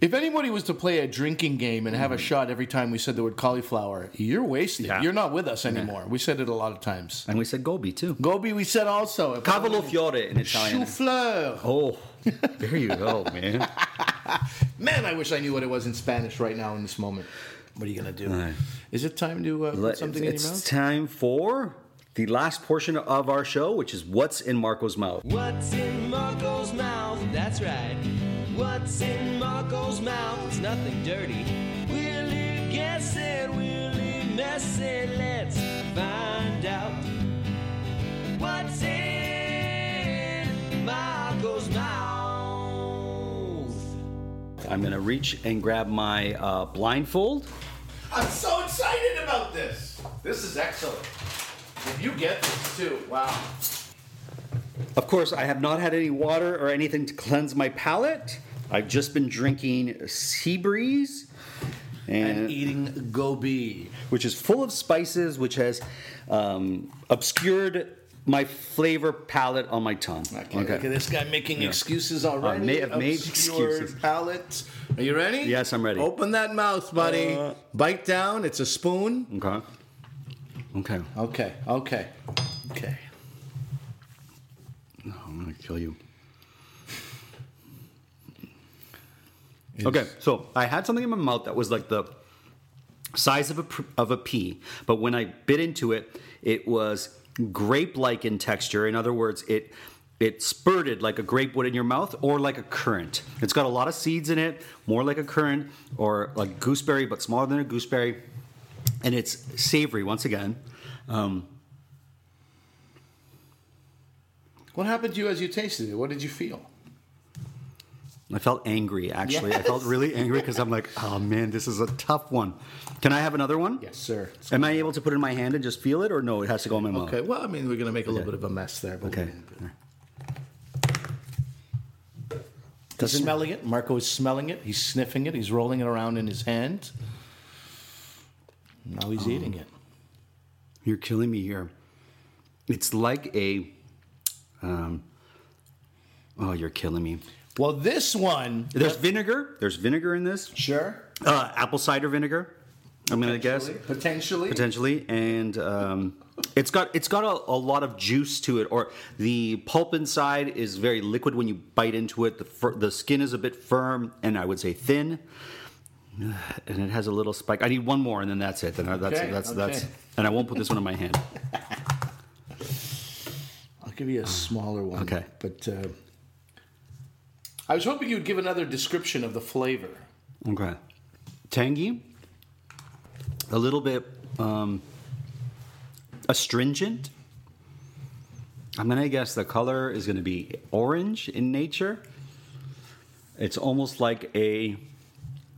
Speaker 5: If anybody was to play a drinking game and have a shot every time we said the word cauliflower, you're wasted.
Speaker 4: Mm. Yeah.
Speaker 5: You're not with us anymore. We said it a lot of times.
Speaker 4: And we said Gobi too.
Speaker 5: Gobi, we said also.
Speaker 4: Cavolo fiore in Italian.
Speaker 5: Souffleur.
Speaker 4: Oh, there you go, man.
Speaker 5: Man, I wish I knew what it was in Spanish right now in this moment. What are you going to do?
Speaker 4: Aye.
Speaker 5: Is it time to uh,
Speaker 4: Let-
Speaker 5: put something
Speaker 4: it's
Speaker 5: in your mouth?
Speaker 4: time for the last portion of our show, which is what's in Marco's mouth.
Speaker 6: What's in Marco's mouth? That's right. What's in Marco's mouth? It's nothing dirty. We'll leave guessing, we'll leave messing. Let's find out what's in Marco's mouth.
Speaker 4: I'm gonna reach and grab my uh, blindfold.
Speaker 5: I'm so excited about this. This is excellent. If you get this too, wow.
Speaker 4: Of course, I have not had any water or anything to cleanse my palate. I've just been drinking sea breeze,
Speaker 5: And
Speaker 4: and,
Speaker 5: eating gobi.
Speaker 4: which is full of spices, which has um, obscured my flavor palette on my tongue.
Speaker 5: Okay. Look at this guy making excuses already.
Speaker 4: I Uh, may have made
Speaker 5: Obscured
Speaker 4: excuses.
Speaker 5: Palate. Are you ready?
Speaker 4: Yes, I'm ready. Uh,
Speaker 5: Open that mouth, buddy. Bite down. It's a spoon.
Speaker 4: Okay. Okay.
Speaker 5: Okay. Okay. Okay.
Speaker 4: Oh, I'm gonna kill you. Okay, so I had something in my mouth that was like the size of a pr- of a pea, but when I bit into it, it was grape-like in texture. In other words, it it spurted like a grape would in your mouth or like a currant. It's got a lot of seeds in it, more like a currant or like gooseberry, but smaller than a gooseberry, and it's savory once again. Um,
Speaker 5: What happened to you as you tasted it? What did you feel?
Speaker 4: I felt angry, actually. I felt
Speaker 5: Yes.
Speaker 4: really angry because I'm like, oh man, this is a tough one. Can I have another one?
Speaker 5: Yes, sir.
Speaker 4: Am I able to put it in my hand and just feel it, or no? It has to go in my mouth.
Speaker 5: Okay. Well, I mean, we're gonna make a little bit of a mess there. But
Speaker 4: Okay.
Speaker 5: He's smelling it. Marco is smelling it. He's sniffing it. He's rolling it around in his hand. Now
Speaker 4: Oh.
Speaker 5: he's eating it.
Speaker 4: You're killing me here. It's like a. Um, oh, you're killing me.
Speaker 5: Well, this one.
Speaker 4: There's vinegar. There's vinegar in this.
Speaker 5: Sure.
Speaker 4: Uh, apple cider vinegar. I'm gonna guess.
Speaker 5: Potentially.
Speaker 4: potentially and um, it's got it's got a, a lot of juice to it or the pulp inside is very liquid when you bite into it the fir- the skin is a bit firm and i would say thin and it has a little spike i need one more and then that's it then I- that's
Speaker 5: Okay,
Speaker 4: that's
Speaker 5: okay.
Speaker 4: that's and i won't put this one in my hand
Speaker 5: I'll give you a smaller one.
Speaker 4: Okay.
Speaker 5: But uh, I was hoping you'd give another description of the flavor.
Speaker 4: okay tangy a little bit um, astringent I'm gonna guess the color is gonna be orange in nature. It's almost like a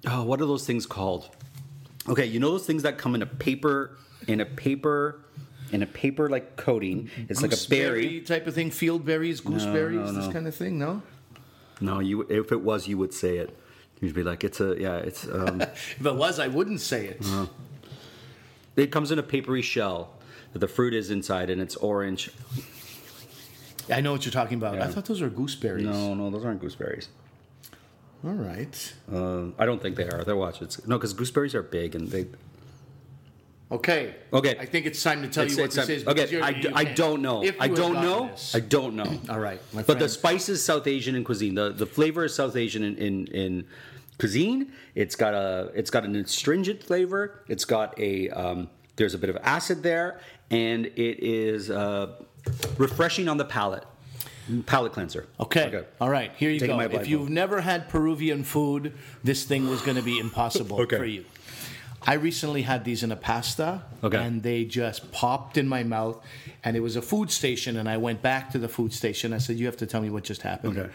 Speaker 4: oh, what are those things called? Okay, you know those things that come in a paper in a paper in a paper like coating. It's like a berry.
Speaker 5: type of thing. Field berries, gooseberries, this kind of thing. No.
Speaker 4: No, you if it was, you would say it. You'd be like, it's a yeah, it's um,
Speaker 5: If it was, I wouldn't say it.
Speaker 4: it comes in a papery shell that the fruit is inside and it's orange.
Speaker 5: I know what you're talking about. I
Speaker 4: Yeah.
Speaker 5: thought those were gooseberries.
Speaker 4: No, no, those aren't gooseberries.
Speaker 5: All right.
Speaker 4: Um, I don't think they are. They're watch. It's no, because gooseberries are big and they
Speaker 5: Okay.
Speaker 4: Okay.
Speaker 5: I think it's time to tell
Speaker 4: It's-
Speaker 5: you what
Speaker 4: it's-
Speaker 5: this is. because
Speaker 4: okay,
Speaker 5: you're-
Speaker 4: I,
Speaker 5: you
Speaker 4: I
Speaker 5: can't.
Speaker 4: don't know.
Speaker 5: If you
Speaker 4: I
Speaker 5: had
Speaker 4: don't
Speaker 5: gotten
Speaker 4: know.
Speaker 5: this.
Speaker 4: I don't know.
Speaker 5: All right, my
Speaker 4: But the
Speaker 5: friend.
Speaker 4: spice is South Asian in cuisine. The the flavor is South Asian in, in, in cuisine. It's got a it's got an astringent flavor. It's got a um, there's a bit of acid there, and it is uh, refreshing on the palate. Palate cleanser.
Speaker 5: Okay. All right. Here you
Speaker 4: Taking
Speaker 5: go.
Speaker 4: my
Speaker 5: If
Speaker 4: blindfold.
Speaker 5: you've never had Peruvian food, this thing was going to be impossible
Speaker 4: Okay.
Speaker 5: for you. I recently had these in a pasta,
Speaker 4: Okay.
Speaker 5: and they just popped in my mouth. And it was a food station, and I went back to the food station. I said, "You have to tell me what just happened."
Speaker 4: Okay.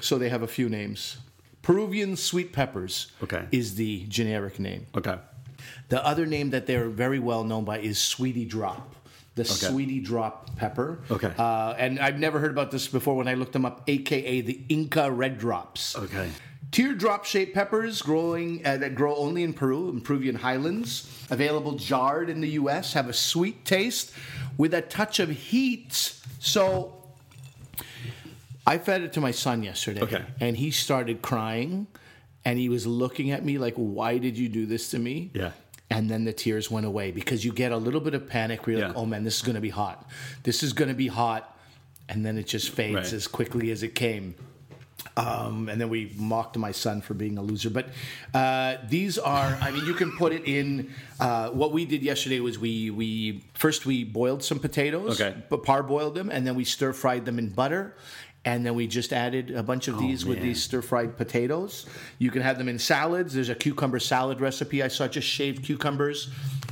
Speaker 5: So they have a few names. Peruvian sweet peppers
Speaker 4: Okay.
Speaker 5: is the generic name.
Speaker 4: Okay.
Speaker 5: The other name that they're very well known by is Sweetie Drop. The Sweetie Drop pepper.
Speaker 4: Okay.
Speaker 5: Uh, and I've never heard about this before when I looked them up, aka the Inca Red Drops.
Speaker 4: Okay.
Speaker 5: Teardrop shaped peppers growing uh, that grow only in Peru and Peruvian highlands, available jarred in the US, have a sweet taste with a touch of heat. So I fed it to my son yesterday,
Speaker 4: Okay.
Speaker 5: and he started crying. and he was looking at me like, "Why did you do this to me?"
Speaker 4: Yeah.
Speaker 5: And then the tears went away because you get a little bit of panic. Where you're like,
Speaker 4: Yeah.
Speaker 5: "Oh man, this is going to be hot. This is going to be hot," and then it just fades
Speaker 4: Right.
Speaker 5: as quickly as it came. Um, and then we mocked my son for being a loser. But uh, these are, I mean, you can put it in. Uh, what we did yesterday was we we first we boiled some potatoes,
Speaker 4: Okay.
Speaker 5: but parboiled them, and then we stir fried them in butter. And then we just added a bunch of these with
Speaker 4: Oh, man.
Speaker 5: these stir fried potatoes. You can have them in salads. There's a cucumber salad recipe I saw, just shaved cucumbers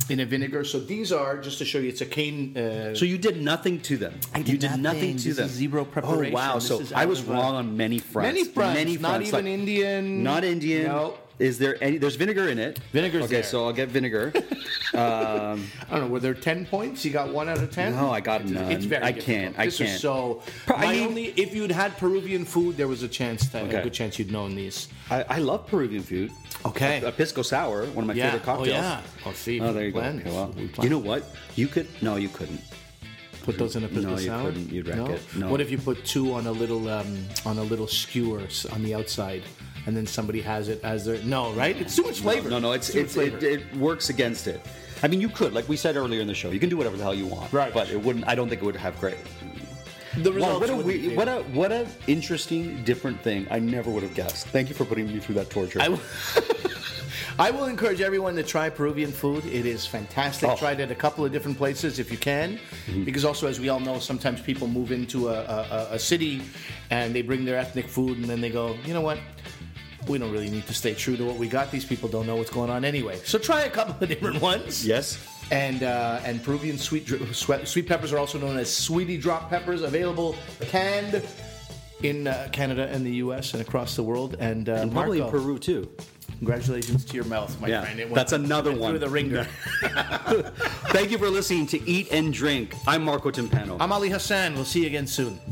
Speaker 5: in a vinegar. So these are, just to show you, it's a cane. Uh,
Speaker 4: So you did nothing to them.
Speaker 5: did
Speaker 4: you did nothing,
Speaker 5: nothing.
Speaker 4: to
Speaker 5: This
Speaker 4: them.
Speaker 5: is zero
Speaker 4: Oh wow!
Speaker 5: preparation. This
Speaker 4: so
Speaker 5: is
Speaker 4: I
Speaker 5: out
Speaker 4: was
Speaker 5: of, uh,
Speaker 4: wrong on many fronts.
Speaker 5: many fronts,
Speaker 4: Many
Speaker 5: not
Speaker 4: fronts.
Speaker 5: even Indian.
Speaker 4: Not Indian.
Speaker 5: No.
Speaker 4: Is there any? There's vinegar in it.
Speaker 5: Vinegar's
Speaker 4: Okay,
Speaker 5: there.
Speaker 4: so I'll get vinegar.
Speaker 5: I don't know. Were there ten points? You got one out of ten.
Speaker 4: No, I got
Speaker 5: It's-
Speaker 4: none.
Speaker 5: It's very.
Speaker 4: I
Speaker 5: difficult.
Speaker 4: can't. I
Speaker 5: this
Speaker 4: can't.
Speaker 5: Is so
Speaker 4: Pro- I
Speaker 5: my
Speaker 4: mean-
Speaker 5: only. If you'd had Peruvian food, there was a chance that a
Speaker 4: Okay.
Speaker 5: good chance you'd known these.
Speaker 4: I, I love Peruvian food.
Speaker 5: Okay.
Speaker 4: A pisco sour, one of my
Speaker 5: Yeah.
Speaker 4: favorite cocktails.
Speaker 5: Oh yeah. Oh, see.
Speaker 4: Oh, there you go.
Speaker 5: planned.
Speaker 4: Okay, well,
Speaker 5: We planned.
Speaker 4: you know what? You could. No, you couldn't.
Speaker 5: put those in a pisco
Speaker 4: No, you
Speaker 5: salad.
Speaker 4: couldn't. You'd wreck
Speaker 5: no?
Speaker 4: it. No.
Speaker 5: What if you put two on a little um, on a little skewer s- on the outside, and then somebody has it as their no right? It's too much flavor.
Speaker 4: No, no, it's,
Speaker 5: too much
Speaker 4: it's it,
Speaker 5: flavor.
Speaker 4: it works against it. I mean, you could, like we said earlier in the show, you can do whatever the hell you want.
Speaker 5: Right.
Speaker 4: But it wouldn't. I don't think it would have great.
Speaker 5: the
Speaker 4: Wow,
Speaker 5: results
Speaker 4: what a
Speaker 5: wouldn't
Speaker 4: we,
Speaker 5: be-
Speaker 4: what a what a interesting, different thing. I never would have guessed. Thank you for putting me through that torture.
Speaker 5: I will, I will encourage everyone to try Peruvian food. It is fantastic.
Speaker 4: Oh. Mm-hmm.
Speaker 5: Tried it at a couple of different places if you can, because also as we all know, sometimes people move into a, a, a- a city and they bring their ethnic food, and then they go, you know what? We don't really need to stay true to what we got. These people don't know what's going on anyway. So try a couple of different ones.
Speaker 4: yes.
Speaker 5: And uh, and Peruvian sweet dr- sweat, sweet peppers are also known as sweetie drop peppers, available canned in uh, Canada and the U.S. and across the world. And, uh,
Speaker 4: And probably in
Speaker 5: Marco.
Speaker 4: Peru too.
Speaker 5: Congratulations to your mouth, my
Speaker 4: Yeah,
Speaker 5: friend. It went
Speaker 4: that's another one.
Speaker 5: Through the ringer.
Speaker 4: Thank you for listening to Eat and Drink. I'm Marco Timpano.
Speaker 5: I'm Ali Hassan. We'll see you again soon.